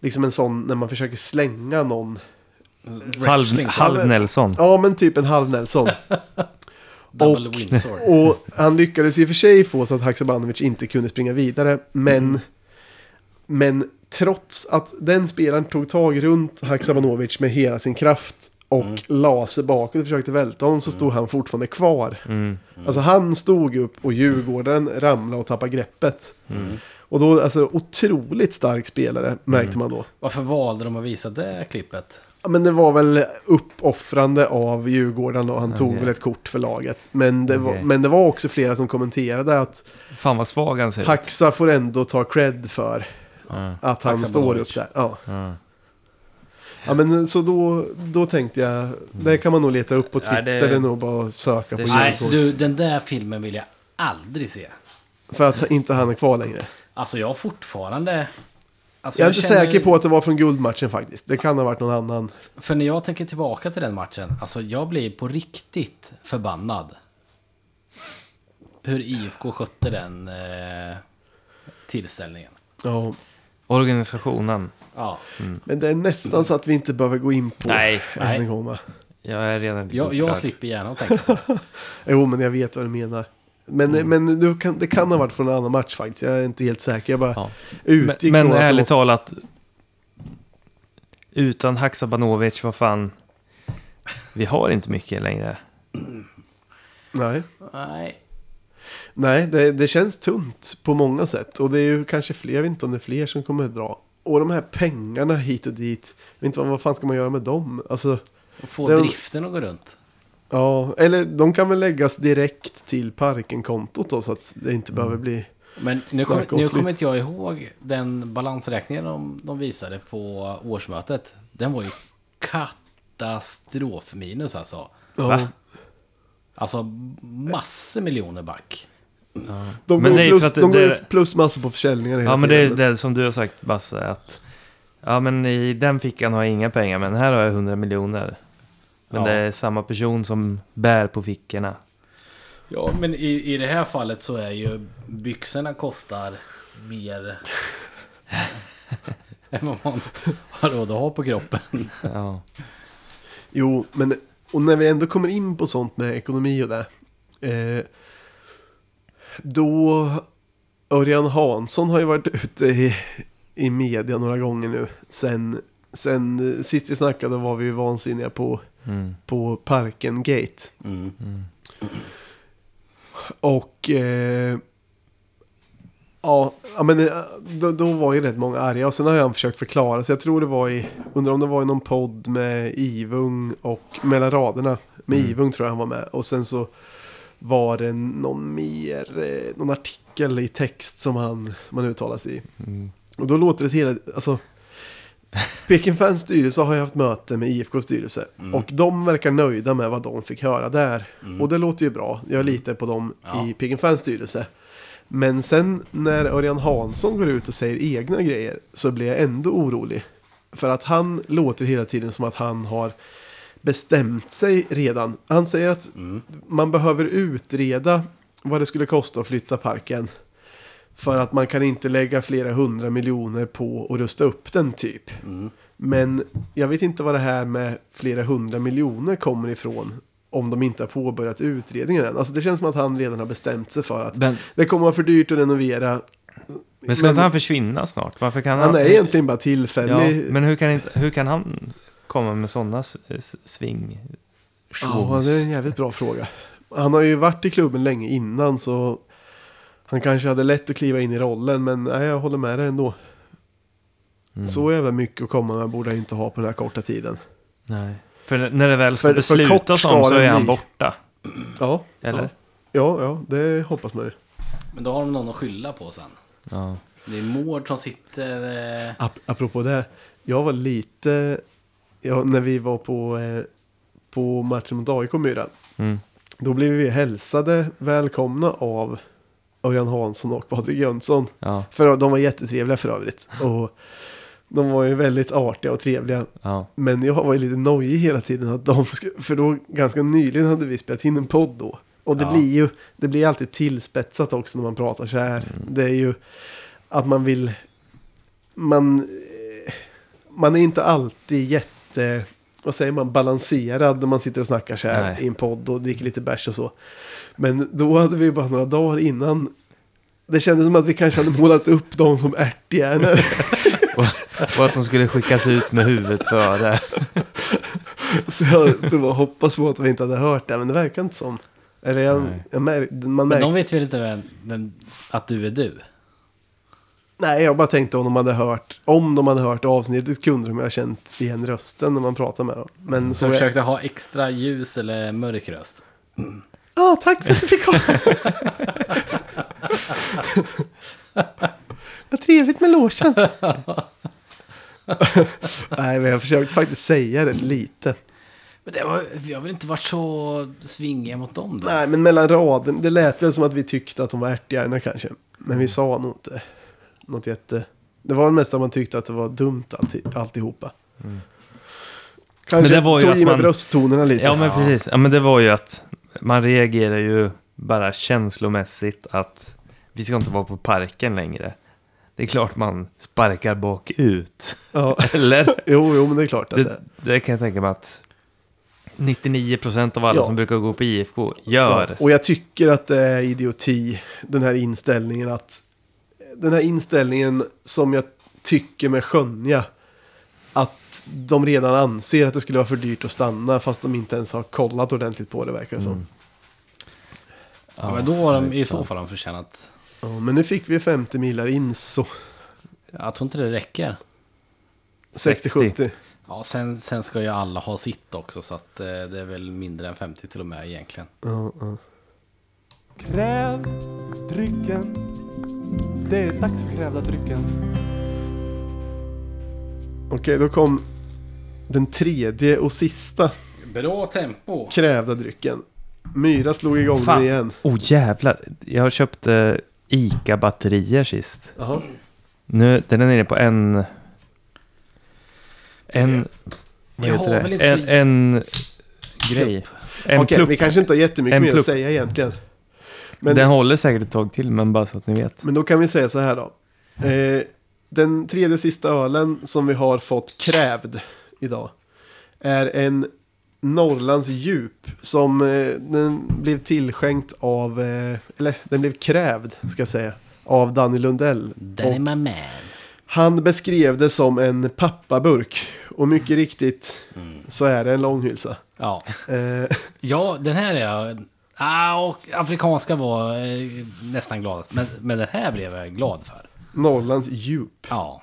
liksom en sån när man försöker slänga någon.
Mm.
Halv, halv Nelson.
Ja men typ en halv Nelson.
Double
Och-
Windsor.
Och han lyckades ju i och för sig få så att Haksabanovic inte kunde springa vidare. Men, men trots att den spelaren tog tag runt Haksabanovic med hela sin kraft och la sig bakåt och försökte välta honom så stod han fortfarande kvar.
Mm.
Alltså han stod upp och Djurgården ramlade och tappade greppet.
Mm.
Och då, alltså otroligt stark
Mm.
spelare märkte man då.
Varför valde de att visa det klippet?
Ja, men det var väl uppoffrande av Djurgården och han tog
Okej.
väl ett kort för laget. Men det, var,
Okej.
men det var också flera som kommenterade att
Fan vad svag han ser ut.
Haxa får ändå ta cred för
Ja.
att han
Haxa
står
Banovic.
upp där. Ja.
Ja.
ja, men så då, då tänkte jag, det kan man nog leta upp på
Mm. Ja, det-
Twitter, det är nog bara att söka
det
på
känns-
Nej,
Djurgården.
du, den där filmen vill jag aldrig se.
För att inte han är kvar längre.
Alltså jag har fortfarande... Alltså,
jag är inte
känner-
säker på att det var från guldmatchen faktiskt. Det kan ha varit någon annan.
För när jag tänker tillbaka till den matchen, alltså jag blir på riktigt förbannad. Hur IFK skötte den eh, tillställningen.
Ja.
Organisationen.
Ja,
Men det är nästan så att vi inte behöver gå in på
Nej.
än en
Nej.
gång va?
Jag är redan lite
jag, jag
upprörd.
slipper gärna att tänka på det.
Jo, men jag vet vad du menar. Men, men du kan, det kan ha varit från en annan match faktiskt. Jag är inte helt säker. Jag bara
Ja. Men,
utgick
men
från att det
ärligt
måste...
talat. Utan Haksabanovic, vad fan. Vi har inte mycket längre.
Nej.
Nej,
Nej, det, det känns tunt på många sätt. Och det är ju kanske fler, jag vet inte om det är fler som kommer att dra. Och de här pengarna hit och dit, jag vet inte vad, vad fan ska man göra med dem? Alltså,
och få
Det var-
driften att gå runt.
ja, eller de kan väl läggas direkt till parken-kontot då så att det inte behöver bli...
Men nu,
Snacka
kom,
om
nu
flytt.
kommer inte jag ihåg den balansräkningen de, de visade på årsmötet. Den var ju katastrofminus alltså.
Ja,
Alltså massor miljoner back.
Men
de går,
det är ju
plus,
för att det-
de går ju
det-
plus massor på försäljningar hela
Ja men det är
tiden.
det som du har sagt Basse att Ja men i den fickan har jag inga pengar men här har jag 100 miljoner. Men
Ja.
det är samma person som bär på fickorna.
Ja, men i, i det här fallet så är ju byxorna kostar mer än vad man har råd att ha på kroppen.
Ja.
Jo, men och när vi ändå kommer in på sånt med ekonomi och det. Eh, då Örjan Hansson har ju varit ute i, i media några gånger nu. Sen, sen eh, sist vi snackade var vi ju vansinniga på,
Mm.
på Parken Gate. Och... Eh, ja, ja, men eh, då, då var ju rätt många arga. Och sen har han försökt förklara. Så jag tror det var i... Undrar om det var i någon podd med Ivung och... Mellan raderna. Med Ivung tror jag han var med. Och sen så var det någon mer... eh, Någon artikel i text som han man uttalar sig i. Och då låter det hela... Alltså, Peking Fans styrelse har ju haft möte med IFKs styrelse. Och de verkar nöjda med vad de fick höra där. Och det låter ju bra. Jag litar på dem
Ja.
i Peking Fans styrelse. Men sen när Örjan Hansson går ut och säger egna grejer så blir jag ändå orolig. För att han låter hela tiden som att han har bestämt sig redan. Han säger att man behöver utreda vad det skulle kosta att flytta parken. För att man kan inte lägga flera hundra miljoner på att rusta upp den typ. Men jag vet inte var det här med flera hundra miljoner kommer ifrån. Om de inte har påbörjat utredningen än. Alltså det känns som att han redan har bestämt sig för att
Men,
det kommer vara för dyrt att renovera.
men ska
Men-
inte han försvinna snart? Varför kan han?
Han är egentligen bara
ja,
tillfällig.
Men hur kan, inte, hur kan han komma med sådana s- s- sving?
Ja, det är en jävligt bra fråga. Han har ju varit i klubben länge innan så han kanske hade lätt att kliva in i rollen men nej, jag håller med dig ändå.
Mm.
Så jävla mycket att komma med borde jag inte ha på den här korta tiden.
Nej. För när det väl ska
För- för kort
beslutas
ska
om så
den
är han
bli.
borta.
Ja,
Eller?
ja, ja det hoppas man ju.
Men då har de någon att skylla på sen.
Ja.
Det är Mård som sitter... eh,
Ap- apropå det, här, jag var lite ja, när vi var på, eh, på matchen mot AIK Myra.
Mm.
Då blev vi hälsade välkomna av Örjan Hansson och Patrik Jönsson.
Ja,
För de var jättetrevliga för övrigt. Och de var ju väldigt artiga och trevliga.
ja,
Men jag var ju lite nojig hela tiden att de skulle, för då ganska nyligen hade vi spelat in en podd då. Och det
Ja.
blir ju, det blir alltid tillspetsat också när man pratar så här.
Mm.
Det är ju att man vill, man, eh, man är inte alltid jätte, vad säger man, balanserad när man sitter och snackar så här
Nej.
i en podd och dricker lite bärs och så. Men då hade vi bara några dagar innan, det kändes som att vi kanske hade målat upp dem som ärthjärnor.
och att de skulle skickas ut med huvudet före.
Så jag då bara hoppas på att vi inte hade hört det, men det verkar inte som. Eller jag,
Nej.
jag mär, man
Men
märkte,
de vet väl inte vem, vem, att du är du?
Nej, jag bara tänkte om de hade hört, om de hade hört avsnittet kunde de ju ha känt igen rösten när man pratade med dem. Men så...
Så
Ja,
försökte ha extra ljus eller mörk röst.
ah, tack för att du fick komma. Vad trevligt med logen. Nej, men jag försökte faktiskt säga det lite.
Men det var, vi har väl inte varit så svingiga mot dem? Då?
Nej, men mellan raden, det lät väl som att vi tyckte att de var ärthjärnor kanske. Men vi sa nog inte något jätte... Det var mest att man tyckte att det var dumt allti, alltihopa. Kanske
Men det var ju
tog
att
i med
man-
brösttonerna lite.
Ja, men precis. Ja, men det var ju att man reagerar ju bara känslomässigt att vi ska inte vara på parken längre. Det är klart man sparkar bakut.
Ja.
Eller?
Jo, jo, men det är klart att
Det,
det...
det kan jag tänka mig att 99% av alla
Ja.
som brukar gå på IFK gör.
Och jag tycker att det är idioti, den här inställningen att... Den här inställningen som jag tycker mig skönja. Att de redan anser att det skulle vara för dyrt att stanna fast de inte ens har kollat ordentligt på det verkar det som.
ja, men då har de
jag vet
i så
fan.
fall de förtjänat.
Ja, men nu fick vi 50 milar in så
Jag tror inte det räcker.
60-70.
Ja, sen, sen ska ju alla ha sitt också så att eh, det är väl mindre än 50 till och med egentligen.
Ja, ja.
Kräv drycken. Det är dags för krävda drycken.
Okej, då kom den tredje och sista
Bra tempo.
krävda drycken. Myra slog igång
Fan.
den igen.
Oh jävlar, jag köpte ICA-batterier sist.
Jaha.
Nu, den är nere på en... En... Vad
Jag
heter
har väl
det?
inte
En,
så-
en grej. En
Okej,
plupp.
vi kanske inte har jättemycket
En
mer att
plupp.
säga egentligen. Men,
Den håller säkert ett tag till, men bara så att ni vet.
men då kan vi säga så här då. Eh, den tredje och sista ölen som vi har fått krävd idag är en Norrlands djup som eh, den blev tillskänkt av, eh, eller den blev krävd ska jag säga, av Danny Lundell.
Den är
Och-
my man.
Han beskrev det som en pappaburk. Och mycket riktigt
Mm.
så är det en långhylsa.
Ja.
Eh,
ja, den här är jag... Ah, och afrikanska var eh, nästan gladast. Men, men den här blev jag glad för.
Norrlands djup.
Ja.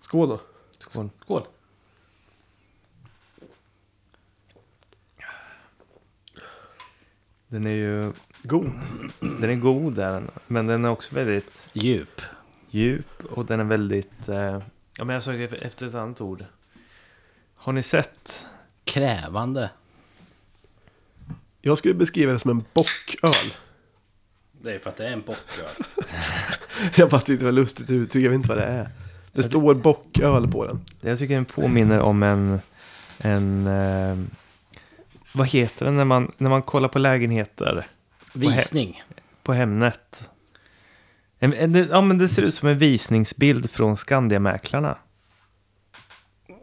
Skål då.
Skål.
Skål.
Den är ju...
God.
Den är god där, den. men den är också väldigt
Djup.
djup och den är väldigt... Eh, ja, men jag söker efter ett annat ord. Har ni sett?
Krävande.
Jag skulle beskriva det som en bocköl.
Det är för att det är en bocköl.
Jag bara tyckte det var lustigt uttryck, jag vet inte vad det är. Det står bocköl på den.
Jag tycker den påminner om en... en eh, vad heter den när man, när man kollar på lägenheter?
Visning.
på Hemnet. En- en- det- Ja, men det ser ut som en visningsbild från Skandiamäklarna.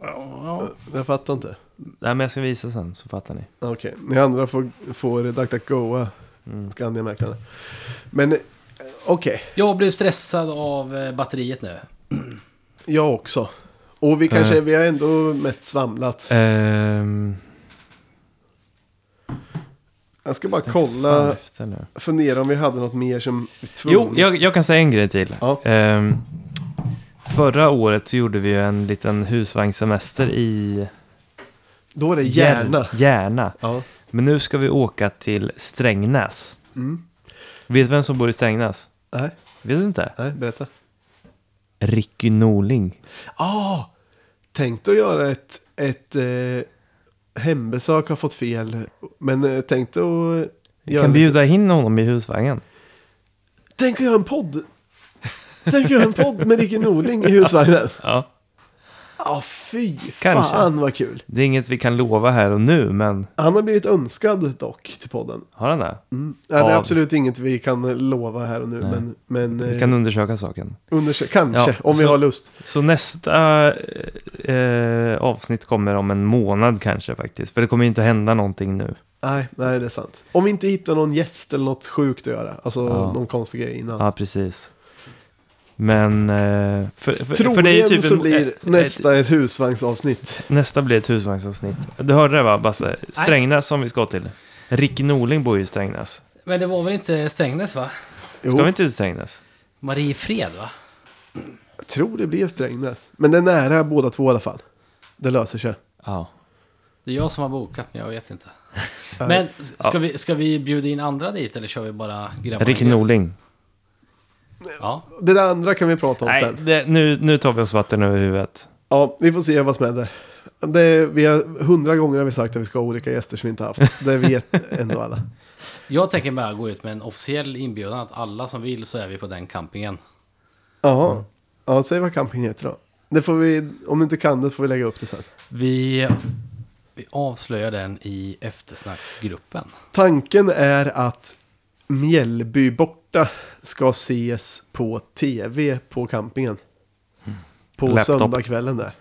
Ja.
Jag fattar inte.
Nej, men jag ska visa sen så fattar ni.
Okej, ni andra får, får DuckDuckGoa.
Mm.
Skandiamäklarna. Men eh, okej,
Jag blev stressad av eh, batteriet nu.
jag också. Och vi kanske,
Eh.
vi har ändå mest svamlat.
Ehm,
Jag ska bara
fan
kolla,
efter nu.
fundera om vi hade något mer som vi
Jo,
tvungen-
jag, jag kan säga en grej till.
Ja.
Ehm, förra året så gjorde vi ju en liten husvagnssemester i
Då är det
Gär-
gärna.
Järna.
Ja.
Men nu ska vi åka till Strängnäs.
Mm.
Vet du vem som bor i Strängnäs?
Nej,
Vet du inte?
nej, berätta.
Ricky Norling.
Ja, tänkt Ah! att göra ett, ett eh, hembesök har fått fel. Men eh, tänkt att
Vi kan bjuda in honom i husvagnen.
Tänk att göra en podd. Tänk att göra en podd med Ricky Norling i husvagnen.
Ja.
Ja, fy
Kanske.
fan vad kul.
Det är inget vi kan lova här och nu, men
Han har blivit önskad dock till podden.
har han det?
Mm. Ja, det är
Av-
absolut inget vi kan lova här och nu,
Nej.
men, men
Vi
eh,
kan undersöka saken.
undersö- kanske,
Ja,
om vi
så-
har lust.
Så nästa eh, eh, avsnitt kommer om en månad kanske faktiskt. För det kommer ju inte hända någonting nu.
Nej, nej, det är sant. Om vi inte hittar någon gäst eller något sjukt att göra, alltså
Ja.
någon konstig grej innan.
Ja, precis. Men... Eh, för, för,
Troligen
för det är ju typ
så
en-
blir
ett-
nästa ett husvagnsavsnitt.
Nästa blir ett husvagnsavsnitt. Du hörde det va, Basse? Strängnäs som vi ska till. Rick Norling bor ju i Strängnäs.
Men det var väl inte Strängnäs va?
Jo,
Ska vi inte till Strängnäs?
Mariefred va?
jag tror det blev Strängnäs. Men det är nära båda två i alla fall. Det löser sig.
Ja.
Det är jag som har bokat men jag vet inte. Men s- ska, vi, ska vi bjuda in andra dit eller kör vi bara grabbarna?
Rick
i grus?
Norling.
Ja.
Det där andra kan vi prata om
Nej,
sen.
det, nu, nu tar vi oss vatten över huvudet.
Ja, vi får se vad som händer. Det, vi har, hundra gånger har vi sagt att vi ska ha olika gäster som vi inte haft. Det vet ändå alla.
Jag tänker bara gå ut med en officiell inbjudan att alla som vill så är vi på den campingen.
Ja, ja säg vad camping heter då. Det får vi, om du inte kan det får vi lägga upp det sen.
Vi, vi avslöjar den i eftersnacksgruppen.
Tanken är att Mjällby borta ska ses på tv på campingen. På
Laptop.
söndagskvällen där.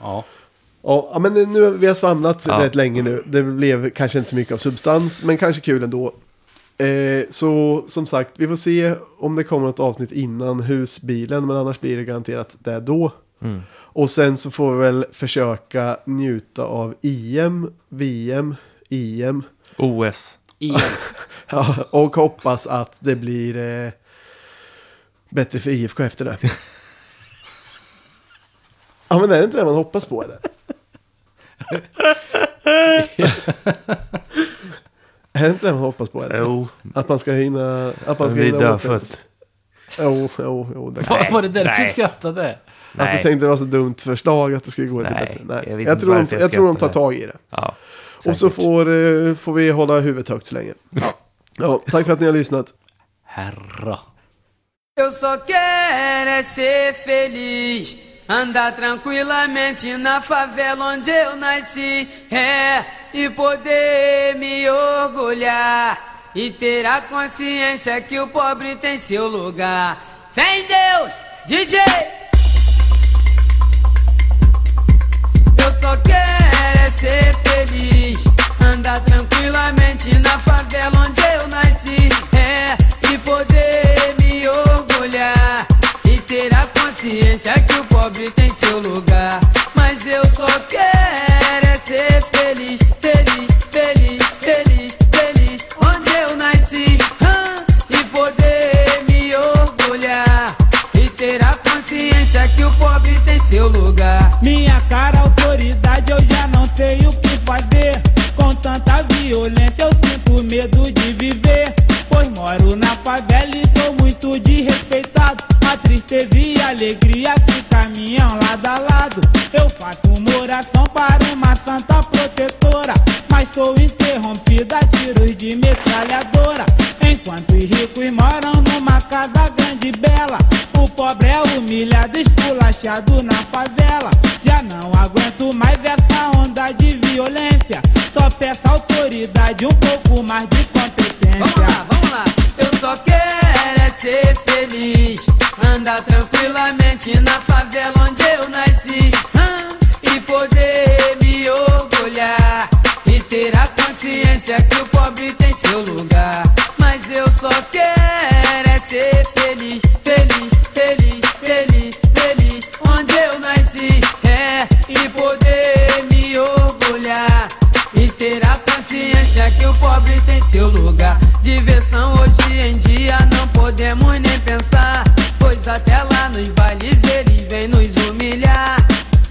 Ja.
Ja, ja, men nu, vi har svamlat
Ja.
rätt länge nu. Det blev kanske inte så mycket av substans, men kanske kul ändå. Eh, så som sagt, vi får se om det kommer ett avsnitt innan husbilen, men annars blir det garanterat det då.
Mm.
Och sen så får vi väl försöka njuta av IM, VM, IM.
OS.
Igen.
Ja, och hoppas att det blir eh, bättre för IFK efter det. ja, men är det inte det man hoppas på eller? är det inte det man hoppas på eller?
Jo,
Att man ska hinna... Att man ska
vi
hinna
dör
åka.
fött.
Jo, jo, jo. Det kan.
Var, var det därför du
nej.
skrattade?
Att du
Nej.
tänkte det var så dumt förslag att det skulle gå lite
Nej,
bättre. Nej,
jag
jag,
vet inte
tror, de,
varför
jag,
jag
tror de tar
skrattar.
tag i det.
Ja,
Och så
säkert.
får, eh, får vi hålla huvudet högt så länge. Ja. Ja, tack för att ni har lyssnat.
Herra.
Eu só quero é ser feliz. Andar tranquilamente na favela onde eu nasci. É, e poder me orgulhar. E ter a consciência que o pobre tem seu lugar. Fé em Deus, DJ! Eu só quero é ser feliz. Andar tranquilamente na favela onde eu nasci. É, e poder me orgulhar. E ter a consciência que o pobre tem seu lugar. Mas eu só quero é ser feliz, feliz, feliz, feliz, feliz. Onde eu nasci. hã? E poder me orgulhar. E ter a consciência que o pobre tem seu lugar.
Minha cara, autoridade, eu já não sei o que fazer. Com tanta violência, eu sinto medo de viver. Pois moro na favela e sou muito desrespeitado. A tristeza e a alegria que caminham lado a lado. Eu faço uma oração para uma santa protetora. Mas sou interrompida a tiros de metralhadora. Enquanto os ricos moram numa casa grande e bela. O pobre é humilhado, esculachado na favela. Já não aguento mais essa onda de violência. Só peço autoridade, um pouco mais de
Vamos lá,
competência.
vamos lá. Eu só quero é ser feliz. Andar tranquilamente na favela onde eu nasci. hã? E poder me orgulhar. E ter a consciência que o pobre tem seu lugar. Mas eu só quero é ser feliz, feliz, feliz, feliz, feliz. Onde eu nasci, é. E poder me orgulhar. E ter a consciência que o pobre tem seu lugar. Diversão hoje em dia não podemos nem pensar. Pois até lá nos bailes eles vêm nos humilhar.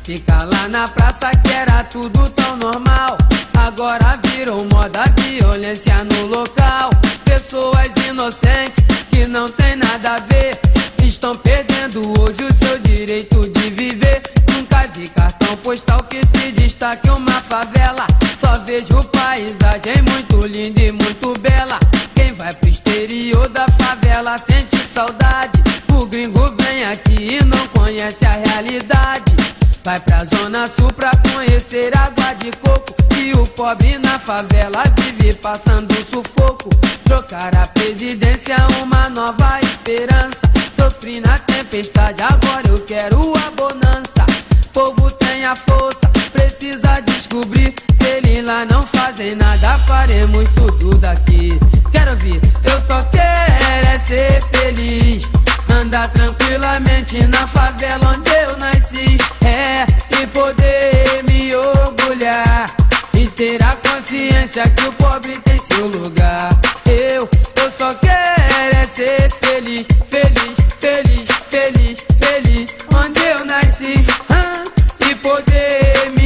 Ficar lá na praça que era tudo tão normal. Agora virou moda violência no local. Pessoas inocentes que não tem nada a ver. Estão perdendo hoje o seu direito de viver. Nunca de cartão postal que se destaque uma favela. Só vejo paisagem muito linda e muito bela. Quem vai pro exterior da favela sente saudade. O gringo vem aqui e não conhece a realidade. Vai pra zona sul pra conhecer água de coco. E o pobre na favela vive passando sufoco. Trocar a presidência, uma nova esperança. Sofri na tempestade, agora eu quero a bonança. Povo tem a força, precisa descobrir. Se eles lá não fazem nada, faremos tudo daqui. Quero ouvir, eu só quero é ser feliz. Andar tranquilamente na favela onde eu nasci. É, e poder me orgulhar. E ter a consciência que o pobre tem seu lugar. Eu, eu só quero é ser feliz, feliz, feliz, feliz, feliz. Onde eu nasci. ah, e poder me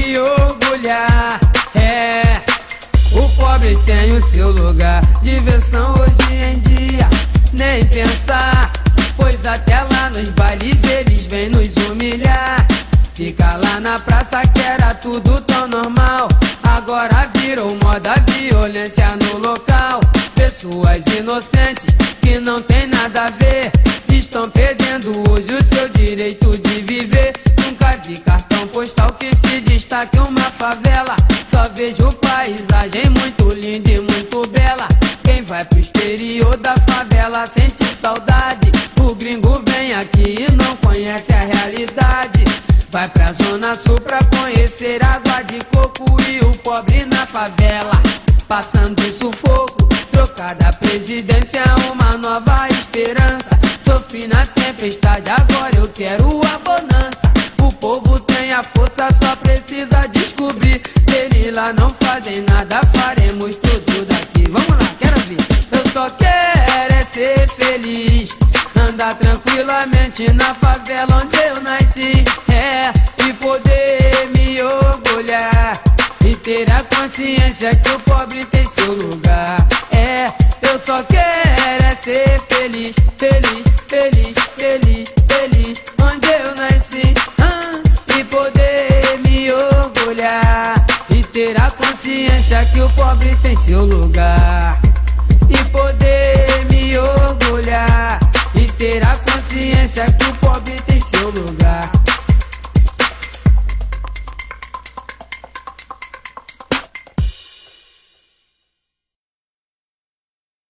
orgulhar. É, o pobre tem o seu lugar. Diversão hoje em dia, nem pensar. Pois até lá nos bailes eles vêm nos humilhar. Fica lá na praça que era tudo tão normal. Agora virou moda violência no local. Pessoas inocentes que não tem nada a ver. Estão perdendo hoje o seu direito de viver. Nunca vi cartão postal que se destaque uma favela. Só vejo paisagem muito linda e muito bela. Quem vai pro exterior da favela sente saudade. O gringo vem aqui e não conhece a realidade. Vai pra zona sul pra conhecer água de coco e o pobre na favela. Passando sufoco, trocada a presidência, uma nova esperança. Sofri na tempestade, agora eu quero a bonança. O povo tem a força, só precisa descobrir. Eles lá não fazem nada, faremos tudo daqui. Vamos lá, quero ver. Eu só quero é ser feliz. Andar tranquilamente na favela onde eu nasci. É, e poder me orgulhar. E ter a consciência que o pobre tem seu lugar. É, eu só quero é ser feliz, feliz, feliz, feliz, feliz. Onde eu nasci, ah, e poder me orgulhar. E ter a consciência que o pobre tem seu lugar. E poder me orgulhar. E ter a consciência que o pobre tem seu lugar.